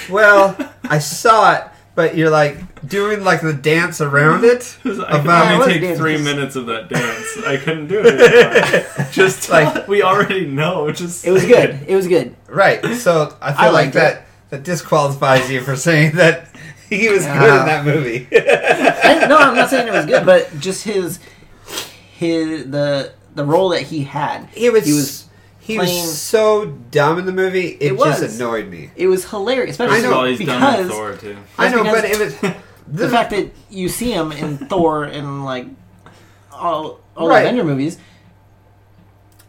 [SPEAKER 1] well, I saw it, but you're like doing like the dance around it.
[SPEAKER 2] Because I could
[SPEAKER 1] About-
[SPEAKER 3] Yeah, I
[SPEAKER 2] only
[SPEAKER 3] was
[SPEAKER 2] take
[SPEAKER 3] dancing.
[SPEAKER 2] three minutes
[SPEAKER 1] <laughs>
[SPEAKER 2] of that dance. I couldn't do it. just
[SPEAKER 1] Like-
[SPEAKER 2] like we already know. Just
[SPEAKER 3] It was
[SPEAKER 2] say <laughs>
[SPEAKER 3] good. It was good.
[SPEAKER 1] Right. So I feel
[SPEAKER 3] I
[SPEAKER 1] like
[SPEAKER 3] liked
[SPEAKER 1] that that disqualifies you for saying that he was good in
[SPEAKER 3] Yeah.
[SPEAKER 1] that movie.
[SPEAKER 3] I didn't- no, I'm not saying it was good, but just his his the the role that he had.
[SPEAKER 1] he was
[SPEAKER 3] <laughs> He was
[SPEAKER 1] he was
[SPEAKER 3] playing-
[SPEAKER 1] so dumb in the movie. It,
[SPEAKER 3] It
[SPEAKER 1] just
[SPEAKER 3] was.
[SPEAKER 1] annoyed me.
[SPEAKER 3] It was hilarious,
[SPEAKER 1] I
[SPEAKER 3] especially
[SPEAKER 2] First of
[SPEAKER 1] know,
[SPEAKER 2] all, he's done
[SPEAKER 3] because
[SPEAKER 2] with Thor too.
[SPEAKER 1] I know,
[SPEAKER 3] because-
[SPEAKER 1] but it was
[SPEAKER 3] <laughs> the fact that you see him in <laughs> Thor and like all all
[SPEAKER 1] Right.
[SPEAKER 3] Avenger movies,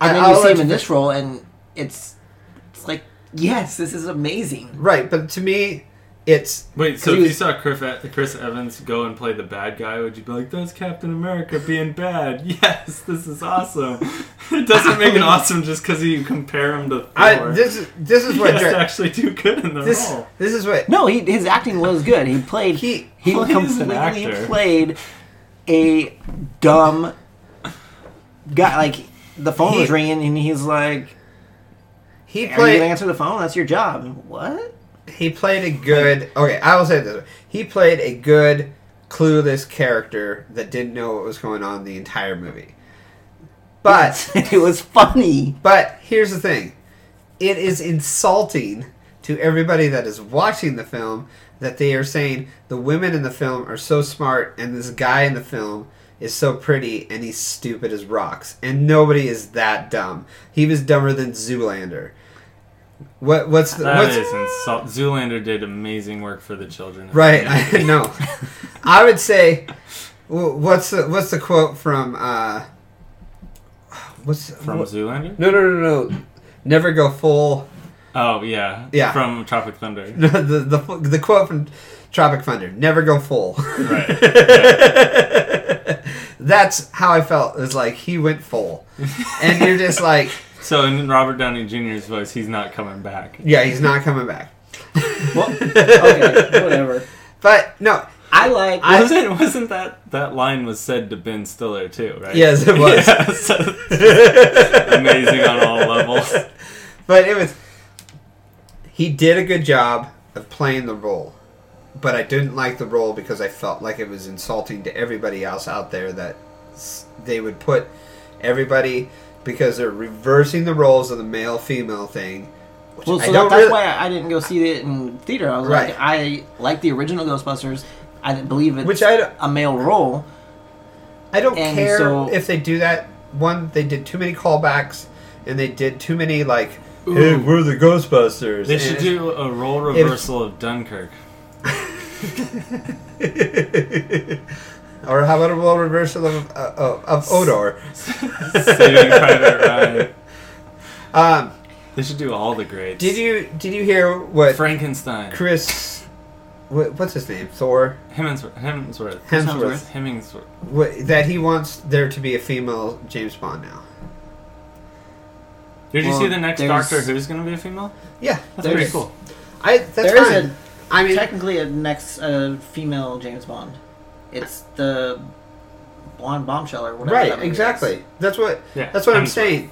[SPEAKER 1] I,
[SPEAKER 3] and then
[SPEAKER 1] I'll
[SPEAKER 3] you see
[SPEAKER 1] let
[SPEAKER 3] him
[SPEAKER 1] you
[SPEAKER 3] in this role, and it's it's like yes, this is amazing.
[SPEAKER 1] <laughs> Right, but to me, it's
[SPEAKER 2] Wait, so
[SPEAKER 3] he
[SPEAKER 2] if you
[SPEAKER 3] was-
[SPEAKER 2] saw Chris, E- Chris Evans go and play the bad guy, would you be like, "That's Captain America being bad"? <laughs> Yes, this is awesome. <laughs> it doesn't make it awesome just because you compare him to Thor.
[SPEAKER 1] I this is this is
[SPEAKER 2] he
[SPEAKER 1] what
[SPEAKER 2] has
[SPEAKER 1] dri-
[SPEAKER 2] to actually do good in the
[SPEAKER 1] this
[SPEAKER 2] role.
[SPEAKER 1] this is what
[SPEAKER 3] No, he his acting was good. He played
[SPEAKER 1] He-
[SPEAKER 3] he
[SPEAKER 2] Well, he's an
[SPEAKER 3] completely
[SPEAKER 2] actor.
[SPEAKER 3] played a dumb guy. Like the phone
[SPEAKER 1] He-
[SPEAKER 3] was ringing, and he's like.
[SPEAKER 1] he
[SPEAKER 3] Are you gonna
[SPEAKER 1] played.
[SPEAKER 3] answer the phone? That's your job. What?
[SPEAKER 1] He played a good. Okay, I will say it this: way. he played a good, clueless character that didn't know what was going on the entire movie. But
[SPEAKER 3] <laughs> it was funny.
[SPEAKER 1] but here's the thing: it is insulting to everybody that is watching the film that they are saying the women in the film are so smart and this guy in the film is so pretty and he's stupid as rocks and nobody is that dumb. He was dumber than Zoolander. What what's the,
[SPEAKER 2] That
[SPEAKER 1] what's
[SPEAKER 2] is insult. Zoolander did amazing work for the children.
[SPEAKER 1] Right,
[SPEAKER 2] <laughs>
[SPEAKER 1] I know. I would say, wh- what's the, what's the quote from uh, what's
[SPEAKER 2] From
[SPEAKER 1] what-
[SPEAKER 2] Zoolander?
[SPEAKER 1] no, no, no, no, never go full. <laughs>
[SPEAKER 2] Oh yeah,
[SPEAKER 1] Yeah.
[SPEAKER 2] From Tropic Thunder.
[SPEAKER 1] No, the, the the quote from Tropic Thunder, never go full.
[SPEAKER 2] Right.
[SPEAKER 1] <laughs> That's how I felt. It was like he went full, and you're just like,
[SPEAKER 2] So in Robert Downey Jr.'s voice, he's not coming back.
[SPEAKER 1] yeah, he's not coming back.
[SPEAKER 3] <laughs> Well, okay, whatever.
[SPEAKER 1] But no,
[SPEAKER 3] I like.
[SPEAKER 1] I-
[SPEAKER 2] wasn't wasn't that that line was said to Ben Stiller too, right?
[SPEAKER 1] Yes, it was.
[SPEAKER 2] <laughs> Yeah, so amazing on all levels.
[SPEAKER 1] But it was. He did a good job of playing the role, but I didn't like the role because I felt like it was insulting to everybody else out there that s- they would put everybody because they're reversing the roles of the male female thing. Which
[SPEAKER 3] well, so
[SPEAKER 1] I don't
[SPEAKER 3] that's
[SPEAKER 1] really,
[SPEAKER 3] why I I didn't go see it in theater. I was
[SPEAKER 1] Right.
[SPEAKER 3] like, I like the original Ghostbusters. I didn't believe it's
[SPEAKER 1] Which I don't-
[SPEAKER 3] a male role.
[SPEAKER 1] I don't
[SPEAKER 3] and
[SPEAKER 1] care
[SPEAKER 3] so-
[SPEAKER 1] if they do that. One, they did too many callbacks, and they did too many like, "Hey,
[SPEAKER 2] Ooh.
[SPEAKER 1] we're the Ghostbusters."
[SPEAKER 2] They
[SPEAKER 1] and
[SPEAKER 2] should
[SPEAKER 1] it's-
[SPEAKER 2] do a role
[SPEAKER 1] was-
[SPEAKER 2] reversal of Dunkirk.
[SPEAKER 1] <laughs> or how about a role reversal of, of, of Odor?
[SPEAKER 2] Saving Private Ryan.
[SPEAKER 1] Um,
[SPEAKER 2] They should do all the grades.
[SPEAKER 1] Did you did you hear what
[SPEAKER 2] Frankenstein.
[SPEAKER 1] Chris? What, what's his name? Thor
[SPEAKER 2] Hemsworth. Hemsworth.
[SPEAKER 1] Hemsworth.
[SPEAKER 2] Hemsworth.
[SPEAKER 1] What, that he wants there to be a female James Bond now.
[SPEAKER 2] Did you
[SPEAKER 3] Well,
[SPEAKER 2] see the next
[SPEAKER 3] there's-
[SPEAKER 2] Doctor Who's going to be a female?
[SPEAKER 1] Yeah,
[SPEAKER 2] That's pretty
[SPEAKER 3] There's-
[SPEAKER 2] cool.
[SPEAKER 1] I that's
[SPEAKER 3] There is
[SPEAKER 1] fine.
[SPEAKER 3] a-
[SPEAKER 1] I mean,
[SPEAKER 3] technically a next uh, female James Bond. It's the blonde bombshell or whatever. that
[SPEAKER 1] right?
[SPEAKER 3] movie is.
[SPEAKER 1] Exactly. That's what.
[SPEAKER 2] Yeah,
[SPEAKER 1] That's what I'm
[SPEAKER 2] Hemsworth.
[SPEAKER 1] saying.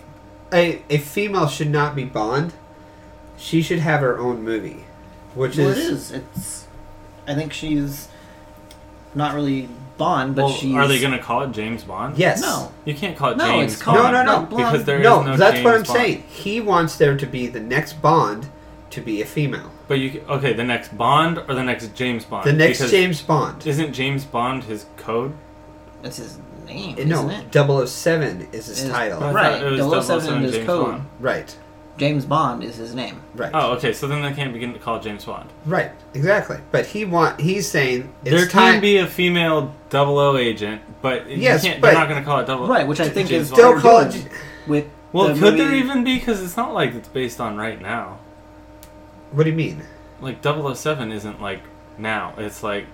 [SPEAKER 1] A a female should not be Bond. She should have her own movie, which
[SPEAKER 3] Well, it
[SPEAKER 1] is,
[SPEAKER 3] is. It's. I think she's not really Bond, but
[SPEAKER 2] Well,
[SPEAKER 3] she's.
[SPEAKER 2] are they going to call it James Bond?
[SPEAKER 1] yes.
[SPEAKER 3] No.
[SPEAKER 2] You can't call it
[SPEAKER 3] No,
[SPEAKER 2] James
[SPEAKER 3] it's
[SPEAKER 2] Bond.
[SPEAKER 3] called-
[SPEAKER 1] No, no, no.
[SPEAKER 2] Because there is
[SPEAKER 1] no,
[SPEAKER 2] no
[SPEAKER 1] that's what I'm
[SPEAKER 2] James Bond.
[SPEAKER 1] saying. He wants there to be the next Bond to be a female.
[SPEAKER 2] But you ca- okay, the next Bond or the next James Bond?
[SPEAKER 1] The next
[SPEAKER 2] Because
[SPEAKER 1] James Bond.
[SPEAKER 2] Isn't James Bond his code?
[SPEAKER 3] That's his name,
[SPEAKER 1] no,
[SPEAKER 3] isn't it?
[SPEAKER 1] 007 is his
[SPEAKER 3] Is-
[SPEAKER 1] title.
[SPEAKER 2] But I
[SPEAKER 1] Right.
[SPEAKER 2] thought
[SPEAKER 3] Right,
[SPEAKER 2] it was
[SPEAKER 3] 007
[SPEAKER 2] 007
[SPEAKER 3] is
[SPEAKER 2] James
[SPEAKER 3] code.
[SPEAKER 2] Bond.
[SPEAKER 1] right.
[SPEAKER 3] James Bond is his name.
[SPEAKER 2] Oh, okay. So then they can't begin to call it James Bond.
[SPEAKER 1] Right. Exactly. But he want he's saying it's
[SPEAKER 2] there
[SPEAKER 1] time
[SPEAKER 2] can be a female 00 agent, but
[SPEAKER 1] Yes,
[SPEAKER 2] you can't,
[SPEAKER 1] but-
[SPEAKER 2] they're not going to call it 00.
[SPEAKER 3] Right, which I think
[SPEAKER 2] James
[SPEAKER 3] is
[SPEAKER 1] They'll
[SPEAKER 3] what
[SPEAKER 1] call
[SPEAKER 3] they're
[SPEAKER 1] it-
[SPEAKER 3] doing with.
[SPEAKER 2] Well,
[SPEAKER 3] the
[SPEAKER 2] could there
[SPEAKER 3] movie-
[SPEAKER 2] even be? Because it's not like it's based on right now.
[SPEAKER 1] What do you mean?
[SPEAKER 2] Like 007 isn't like now. It's like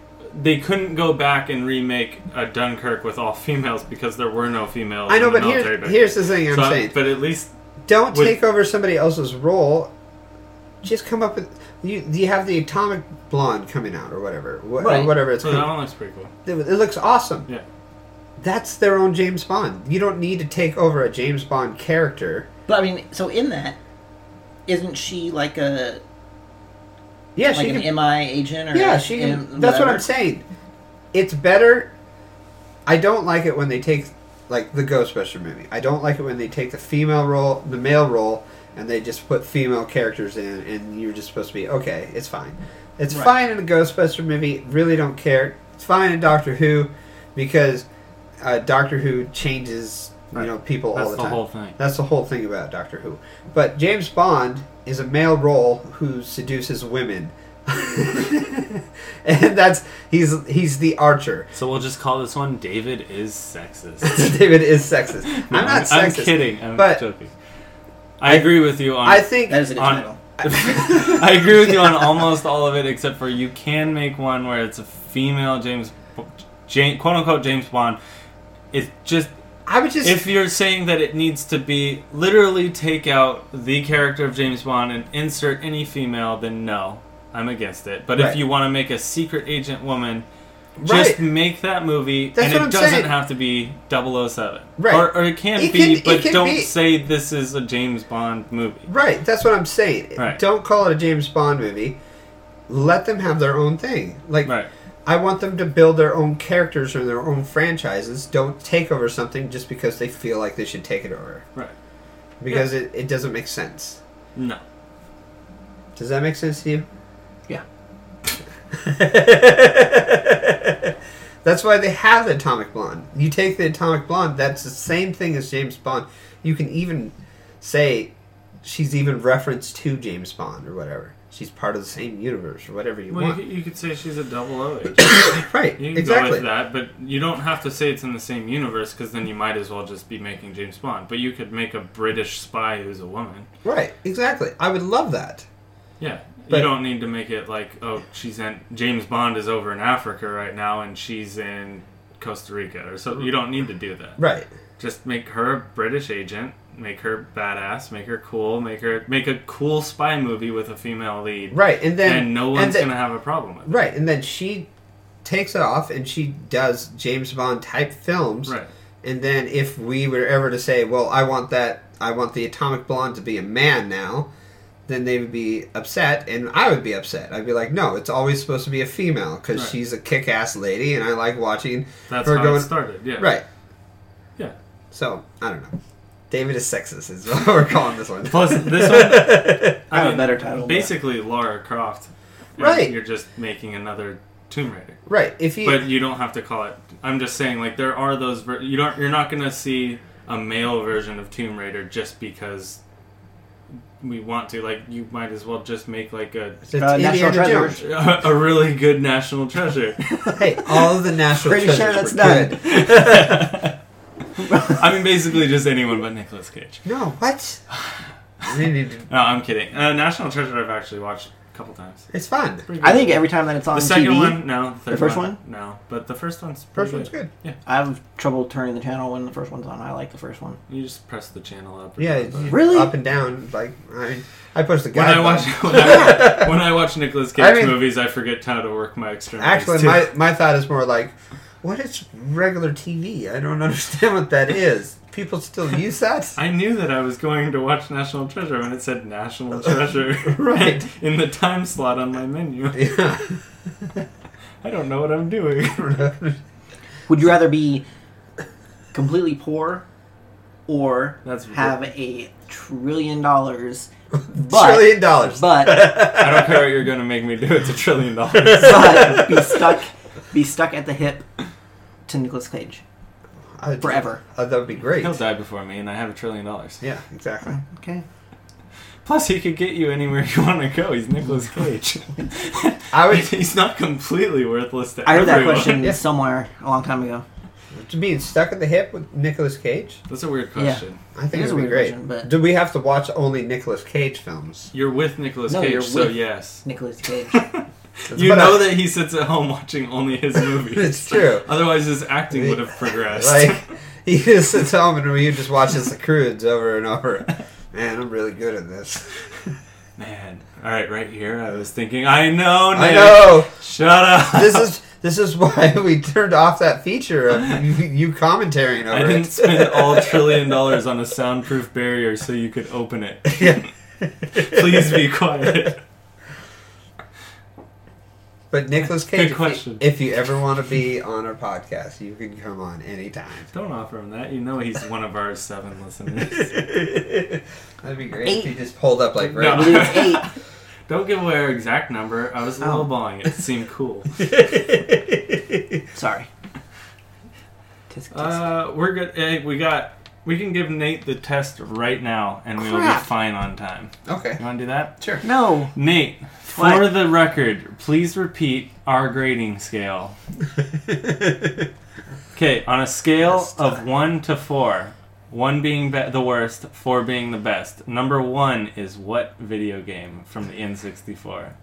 [SPEAKER 2] they couldn't go back and remake a Dunkirk with all <laughs> females because there were no females.
[SPEAKER 1] I know,
[SPEAKER 2] in the
[SPEAKER 1] but here,
[SPEAKER 2] military back
[SPEAKER 1] here's
[SPEAKER 2] then.
[SPEAKER 1] the thing I'm
[SPEAKER 2] So,
[SPEAKER 1] saying.
[SPEAKER 2] But at least
[SPEAKER 1] Don't
[SPEAKER 2] with-
[SPEAKER 1] take over somebody else's role. Just come up with you. You have the Atomic Blonde coming out or whatever, wh-
[SPEAKER 3] Right.
[SPEAKER 1] or whatever it's
[SPEAKER 2] so that
[SPEAKER 1] called.
[SPEAKER 2] one looks pretty cool.
[SPEAKER 1] It, it looks awesome.
[SPEAKER 2] Yeah.
[SPEAKER 1] That's their own James Bond. You don't need to take over a James Bond character.
[SPEAKER 3] But I mean, so in that, isn't she like a
[SPEAKER 1] Yeah,
[SPEAKER 3] like
[SPEAKER 1] she
[SPEAKER 3] an
[SPEAKER 1] can
[SPEAKER 3] MI agent or
[SPEAKER 1] Yeah, she.
[SPEAKER 3] M-
[SPEAKER 1] Can, that's what
[SPEAKER 3] whatever?
[SPEAKER 1] I'm saying. It's better. I don't like it when they take like the Ghostbuster movie. I don't like it when they take the female role, the male role, and they just put female characters in, and you're just supposed to be okay. It's fine. It's
[SPEAKER 3] Right.
[SPEAKER 1] fine in a Ghostbuster movie. Really don't care. It's fine in Doctor Who because uh, Doctor Who changes you
[SPEAKER 2] Right.
[SPEAKER 1] know people
[SPEAKER 2] That's
[SPEAKER 1] all the,
[SPEAKER 2] the
[SPEAKER 1] time.
[SPEAKER 2] whole thing.
[SPEAKER 1] That's the whole thing about Doctor Who. But James Bond is a male role who seduces women. <laughs> and that's he's he's the archer. <laughs>
[SPEAKER 2] So we'll just call this one David is sexist.
[SPEAKER 1] David is sexist.
[SPEAKER 2] No,
[SPEAKER 1] <laughs> I'm not
[SPEAKER 2] I'm
[SPEAKER 1] sexist.
[SPEAKER 2] kidding. I'm
[SPEAKER 1] but-
[SPEAKER 2] joking. I agree with you on.
[SPEAKER 1] I think
[SPEAKER 3] That <laughs> is a good
[SPEAKER 2] On-
[SPEAKER 3] title.
[SPEAKER 2] <laughs> I agree with
[SPEAKER 1] <laughs>
[SPEAKER 2] you on almost all of it, except for you can make one where it's a female James, James quote unquote James Bond. It's just
[SPEAKER 1] I would <laughs> just
[SPEAKER 2] if you're saying that it needs to be literally take out the character of James Bond and insert any female, then no, I'm against it. But
[SPEAKER 1] Right.
[SPEAKER 2] if you want to make a secret agent woman,
[SPEAKER 1] right.
[SPEAKER 2] just make that movie,
[SPEAKER 1] That's
[SPEAKER 2] and
[SPEAKER 1] what
[SPEAKER 2] it
[SPEAKER 1] I'm
[SPEAKER 2] doesn't
[SPEAKER 1] saying.
[SPEAKER 2] have to be 007.
[SPEAKER 1] Right.
[SPEAKER 2] Or, or it can
[SPEAKER 1] It can-
[SPEAKER 2] be,
[SPEAKER 1] it
[SPEAKER 2] but
[SPEAKER 1] can
[SPEAKER 2] don't
[SPEAKER 1] be-
[SPEAKER 2] say this is a James Bond movie.
[SPEAKER 1] Right, that's what I'm saying.
[SPEAKER 2] Right.
[SPEAKER 1] Don't call it a James Bond movie. Let them have their own thing. Like
[SPEAKER 2] Right.
[SPEAKER 1] I want them to build their own characters or their own franchises. Don't take over something just because they feel like they should take it over.
[SPEAKER 2] Right.
[SPEAKER 1] Because it, it doesn't make sense.
[SPEAKER 2] No.
[SPEAKER 1] Does that make sense to you?
[SPEAKER 3] Yeah.
[SPEAKER 1] <laughs> that's why they have the Atomic Blonde. You take the Atomic Blonde, that's the same thing as James Bond. You can even say she's even referenced to James Bond or whatever. She's part of the same universe or whatever you
[SPEAKER 2] Well, you
[SPEAKER 1] want.
[SPEAKER 2] could, you could say she's a double O agent.
[SPEAKER 1] right,
[SPEAKER 2] You can go
[SPEAKER 1] exactly.
[SPEAKER 2] with that, but you don't have to say it's in the same universe because then you might as well just be making James Bond. But you could make a British spy who's a woman.
[SPEAKER 1] Right, exactly. I would love that.
[SPEAKER 2] Yeah.
[SPEAKER 1] But-
[SPEAKER 2] you don't need to make it like, oh, she's in James Bond is over in Africa right now and she's in Costa Rica or so. You don't need to do that.
[SPEAKER 1] Right.
[SPEAKER 2] Just make her a British agent, make her badass, make her cool, make her make a cool spy movie with a female lead.
[SPEAKER 1] Right, and then
[SPEAKER 2] And no one's
[SPEAKER 1] then-
[SPEAKER 2] gonna have a problem with it.
[SPEAKER 1] Right, and then she takes it off and she does James Bond type films.
[SPEAKER 2] Right.
[SPEAKER 1] And then if we were ever to say, well, I want that, I want the Atomic Blonde to be a man now, then they would be upset, and I would be upset. I'd be like, no, it's always supposed to be a female because
[SPEAKER 2] Right.
[SPEAKER 1] she's a kick-ass lady, and I like watching
[SPEAKER 2] That's
[SPEAKER 1] her
[SPEAKER 2] how
[SPEAKER 1] going.
[SPEAKER 2] it started. Yeah.
[SPEAKER 1] Right.
[SPEAKER 2] Yeah.
[SPEAKER 1] So I don't know. David is sexist is what <laughs> we're calling this one.
[SPEAKER 2] Plus, this one.
[SPEAKER 3] I have a better title, but-
[SPEAKER 2] Basically, Laura Croft. And
[SPEAKER 1] Right.
[SPEAKER 2] You're just making another Tomb Raider,
[SPEAKER 1] right. If you
[SPEAKER 2] but you don't have to call it. I'm just saying, like there are those. Ver- you don't. You're not going to see a male version of Tomb Raider just because we want to. Like you might as well just make like a
[SPEAKER 1] it's
[SPEAKER 3] Uh, National
[SPEAKER 1] Indiana
[SPEAKER 3] Treasure.
[SPEAKER 1] Jones.
[SPEAKER 2] a really good national treasure.
[SPEAKER 1] Hey, all
[SPEAKER 3] <laughs>
[SPEAKER 1] of the national
[SPEAKER 3] Pretty sure
[SPEAKER 1] treasures
[SPEAKER 3] that's
[SPEAKER 1] were good.
[SPEAKER 3] done.
[SPEAKER 2] I mean, basically just anyone but Nicolas Cage. <sighs>
[SPEAKER 1] No, what? They need to-
[SPEAKER 2] No, I'm kidding. Uh, National Treasure I've actually watched a couple times.
[SPEAKER 1] It's fun.
[SPEAKER 3] I think every time that it's on
[SPEAKER 2] The second
[SPEAKER 3] TV,
[SPEAKER 2] one, no. The, third
[SPEAKER 3] first
[SPEAKER 2] no. But the first one's pretty
[SPEAKER 1] First one's good.
[SPEAKER 3] I have trouble turning the channel when the first one's on. I like the first one.
[SPEAKER 2] You just press the channel up. or
[SPEAKER 1] Yeah,
[SPEAKER 2] down, but-
[SPEAKER 1] you-
[SPEAKER 3] Really?
[SPEAKER 1] Up and down. Like I, mean, I push the
[SPEAKER 2] When
[SPEAKER 1] guy.
[SPEAKER 2] I watch <laughs>
[SPEAKER 1] <laughs>
[SPEAKER 2] when I, when I watch Nicolas Cage
[SPEAKER 1] I mean-
[SPEAKER 2] movies, I forget how to work my extremities.
[SPEAKER 1] Actually,
[SPEAKER 2] too.
[SPEAKER 1] my, my thought is more like, what is regular TV? I don't <laughs> understand what that is. People still use that?
[SPEAKER 2] <laughs> I knew that I was going to watch National Treasure when it
[SPEAKER 1] <laughs>
[SPEAKER 2] said National Treasure <laughs>
[SPEAKER 1] Right.
[SPEAKER 2] in the time slot on my menu.
[SPEAKER 1] <laughs> yeah.
[SPEAKER 2] I don't know what
[SPEAKER 1] <laughs>
[SPEAKER 2] I'm doing.
[SPEAKER 3] Would you rather be completely poor or
[SPEAKER 2] That's
[SPEAKER 3] have a trillion dollars, but
[SPEAKER 1] Trillion dollars.
[SPEAKER 3] but
[SPEAKER 2] I don't care what you're going to make me do. It's a
[SPEAKER 1] <laughs>
[SPEAKER 2] trillion dollars.
[SPEAKER 3] but be stuck be stuck at the hip to Nicolas Cage
[SPEAKER 1] I'd-
[SPEAKER 3] forever?
[SPEAKER 1] Oh, that would be great.
[SPEAKER 2] He'll die before me, and I have a trillion dollars.
[SPEAKER 1] Yeah, exactly.
[SPEAKER 3] Okay.
[SPEAKER 2] Plus, he could get you anywhere you want to go. He's
[SPEAKER 1] <laughs>
[SPEAKER 2] Nicolas Cage.
[SPEAKER 1] I would
[SPEAKER 2] <laughs> He's not completely worthless to
[SPEAKER 3] I heard that
[SPEAKER 2] everyone.
[SPEAKER 3] question
[SPEAKER 1] Yeah.
[SPEAKER 3] somewhere a long time ago.
[SPEAKER 1] being stuck at the hip with Nicolas Cage.
[SPEAKER 2] That's a weird question.
[SPEAKER 1] I think
[SPEAKER 3] It is
[SPEAKER 1] it
[SPEAKER 3] a
[SPEAKER 1] would be
[SPEAKER 3] weird
[SPEAKER 1] great.
[SPEAKER 3] version, but-
[SPEAKER 1] Do we have to watch only Nicolas Cage films?
[SPEAKER 2] You're with Nicolas
[SPEAKER 3] No,
[SPEAKER 2] Cage,
[SPEAKER 3] you're
[SPEAKER 2] so
[SPEAKER 3] with-
[SPEAKER 2] yes.
[SPEAKER 3] Nicolas Cage.
[SPEAKER 2] <laughs> you
[SPEAKER 1] But
[SPEAKER 2] know
[SPEAKER 1] I-
[SPEAKER 2] that he sits at home <laughs> watching
[SPEAKER 1] <laughs>
[SPEAKER 2] only his movies.
[SPEAKER 1] It's true.
[SPEAKER 2] Otherwise, his acting
[SPEAKER 1] <laughs>
[SPEAKER 2] would have progressed.
[SPEAKER 1] Like he just sits home and you just watches the crudes over and over. Man, I'm really good at this.
[SPEAKER 2] Man, all right, right here. I was thinking, <laughs> I know, Nick.
[SPEAKER 1] I know.
[SPEAKER 2] Shut up.
[SPEAKER 1] This is <laughs> this is why <laughs> we turned off that feature of you, you commentating over
[SPEAKER 2] <laughs> I didn't
[SPEAKER 1] it.
[SPEAKER 2] spend
[SPEAKER 1] <laughs>
[SPEAKER 2] all trillion dollars on a soundproof barrier so you could open it.
[SPEAKER 1] <laughs> Yeah. <laughs>
[SPEAKER 2] Please be quiet.
[SPEAKER 1] But Nicholas Cage, if you-
[SPEAKER 2] question.
[SPEAKER 1] If, you ever want to be on our podcast, you can come on
[SPEAKER 2] <laughs>
[SPEAKER 1] anytime.
[SPEAKER 2] Don't offer him that. You know he's one of our seven
[SPEAKER 1] <laughs>
[SPEAKER 2] listeners.
[SPEAKER 1] That'd be great if
[SPEAKER 3] Eight.
[SPEAKER 1] you just pulled up like
[SPEAKER 3] I
[SPEAKER 2] No.
[SPEAKER 1] right.
[SPEAKER 3] believe it's eight.
[SPEAKER 2] Don't give away our exact number. I was
[SPEAKER 3] Oh.
[SPEAKER 2] lowballing it. It
[SPEAKER 1] <laughs>
[SPEAKER 2] seemed cool.
[SPEAKER 3] Sorry. Tisk, tisk.
[SPEAKER 2] Uh, we're good. Hey, we got. We can give Nate the test right now, and we will be
[SPEAKER 3] Crap.
[SPEAKER 2] fine on time.
[SPEAKER 1] Okay.
[SPEAKER 2] You want to do that?
[SPEAKER 1] Sure.
[SPEAKER 3] no.
[SPEAKER 2] Nate,
[SPEAKER 3] What?
[SPEAKER 2] for the record, please repeat our grading scale. <laughs> Okay, on a scale
[SPEAKER 1] That's tough.
[SPEAKER 2] of one to four, one being be- the worst, four being the best. Number one is what video game from the N64?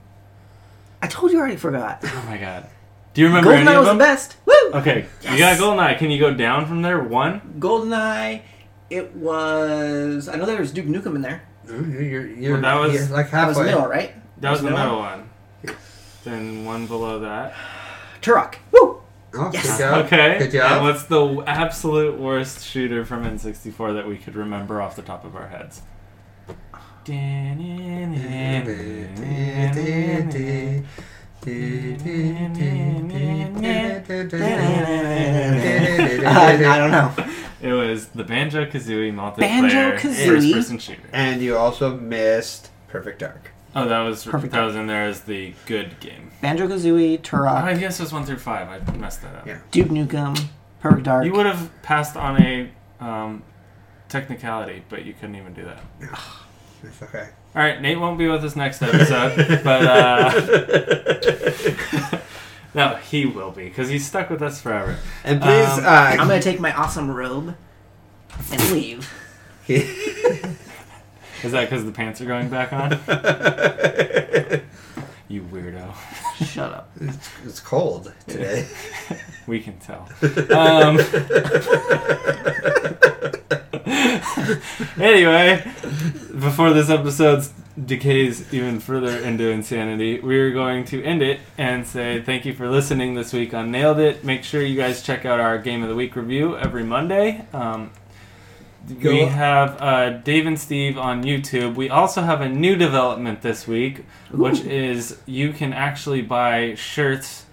[SPEAKER 3] I told you I already forgot.
[SPEAKER 2] Oh my god. Do you remember any
[SPEAKER 3] Goldeneye
[SPEAKER 2] of
[SPEAKER 3] was the
[SPEAKER 2] them?
[SPEAKER 3] best. Woo!
[SPEAKER 2] Okay, you got
[SPEAKER 3] Yes.
[SPEAKER 2] Goldeneye. Can you go down from there? One?
[SPEAKER 3] Goldeneye, it was. I know there was Duke Nukem in there.
[SPEAKER 1] Ooh, You're, you're,
[SPEAKER 2] Well, that was-
[SPEAKER 1] you're like
[SPEAKER 3] That was the
[SPEAKER 1] halfway.
[SPEAKER 3] middle, right?
[SPEAKER 2] That was the
[SPEAKER 3] Middle?
[SPEAKER 2] middle one. Then one below that.
[SPEAKER 3] Turok. Woo! <laughs>
[SPEAKER 1] Oh,
[SPEAKER 3] Yes.
[SPEAKER 1] good job.
[SPEAKER 2] Okay.
[SPEAKER 1] Good job.
[SPEAKER 2] And what's the absolute worst shooter from N64 that we could remember off the top of our
[SPEAKER 1] <laughs>
[SPEAKER 2] heads?
[SPEAKER 3] <laughs> Uh, I don't know.
[SPEAKER 2] It was the Banjo Kazooie multiplayer
[SPEAKER 3] Banjo-Kazooie?
[SPEAKER 2] first person shooter.
[SPEAKER 1] And you also missed Perfect Dark.
[SPEAKER 2] Oh, that was
[SPEAKER 3] Perfect.
[SPEAKER 2] that was in there as the good game.
[SPEAKER 3] Banjo Kazooie,
[SPEAKER 2] I
[SPEAKER 3] Turok,
[SPEAKER 2] guess it was one through five. I messed that up.
[SPEAKER 1] Yeah.
[SPEAKER 3] Duke Nukem, Perfect Dark.
[SPEAKER 2] You would have passed on a um, technicality, but you couldn't even do that.
[SPEAKER 1] It's okay.
[SPEAKER 2] All right, Nate won't be with us next episode, but uh, <laughs> no, he will be because he's stuck with us forever.
[SPEAKER 1] And please,
[SPEAKER 2] Um,
[SPEAKER 1] uh, <laughs>
[SPEAKER 3] I'm gonna take my awesome robe and leave.
[SPEAKER 2] Is that because the pants are going back on? you weirdo.
[SPEAKER 3] Shut up.
[SPEAKER 1] it's, it's cold today.
[SPEAKER 2] We can tell. Um, anyway, before this episode decays even further into insanity, we're going to end it and say thank you for listening this week on Nailed It. Make sure you guys check out our Game of the Week review every Monday. Um,
[SPEAKER 1] Go-
[SPEAKER 2] we have uh, Dave and Steve on YouTube. We also have a new development this week, which is you can actually buy shirts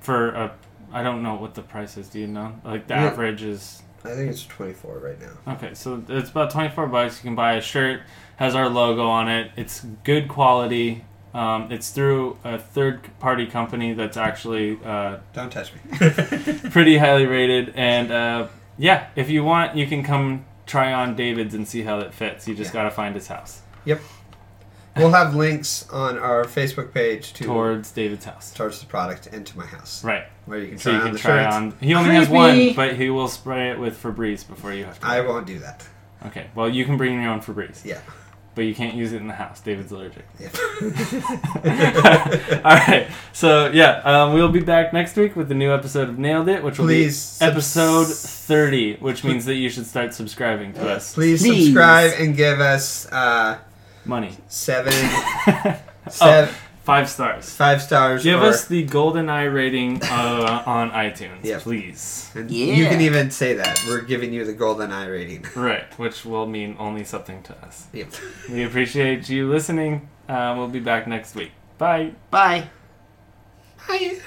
[SPEAKER 2] for a. I don't know what the price is. Do you know? Like the
[SPEAKER 1] Yeah.
[SPEAKER 2] average is
[SPEAKER 1] I think it's 24 right now.
[SPEAKER 2] Okay, so it's about twenty four bucks. You can buy a shirt has our logo on it. It's good quality. Um, it's through a third party company that's actually uh,
[SPEAKER 1] Don't touch me.
[SPEAKER 2] pretty highly rated. And uh, yeah, if you want, you can come try on David's and see how that fits. You just gotta find his house
[SPEAKER 1] <laughs> We'll have links on our Facebook page to
[SPEAKER 2] towards David's house.
[SPEAKER 1] towards the product and to my house,
[SPEAKER 2] Right,
[SPEAKER 1] where you can
[SPEAKER 2] so
[SPEAKER 1] try
[SPEAKER 2] you
[SPEAKER 1] on
[SPEAKER 2] can
[SPEAKER 1] the
[SPEAKER 2] try
[SPEAKER 1] shirts.
[SPEAKER 2] on. He only has
[SPEAKER 3] Creepy.
[SPEAKER 2] one, but he will spray it with Febreze before you have to.
[SPEAKER 1] I won't do that.
[SPEAKER 2] Okay, well you can bring your own Febreze,
[SPEAKER 1] Yeah.
[SPEAKER 2] but but you can't use it in the house. David's
[SPEAKER 1] <laughs>
[SPEAKER 2] allergic. <laughs>
[SPEAKER 1] Yeah.
[SPEAKER 2] All right. So yeah, um, we'll be back next week with a new episode of Nailed It, which will
[SPEAKER 1] Please
[SPEAKER 2] be
[SPEAKER 1] subs-
[SPEAKER 2] episode thirty, which means that you should start subscribing to us.
[SPEAKER 1] Please,
[SPEAKER 3] Please.
[SPEAKER 1] subscribe and give us uh,
[SPEAKER 2] Money. <laughs>
[SPEAKER 1] seven,
[SPEAKER 2] oh,
[SPEAKER 1] seven,
[SPEAKER 2] five stars.
[SPEAKER 1] five stars.
[SPEAKER 2] Give
[SPEAKER 1] or-
[SPEAKER 2] us the golden eye rating uh, on iTunes,
[SPEAKER 1] Yep.
[SPEAKER 2] please.
[SPEAKER 1] and
[SPEAKER 3] Yeah.
[SPEAKER 1] You can even say that we're giving you the golden eye rating.
[SPEAKER 2] Right, which will mean only something to us.
[SPEAKER 1] Yep.
[SPEAKER 2] We appreciate you listening. Uh, we'll be back next week. Bye.
[SPEAKER 3] Bye.
[SPEAKER 1] Bye.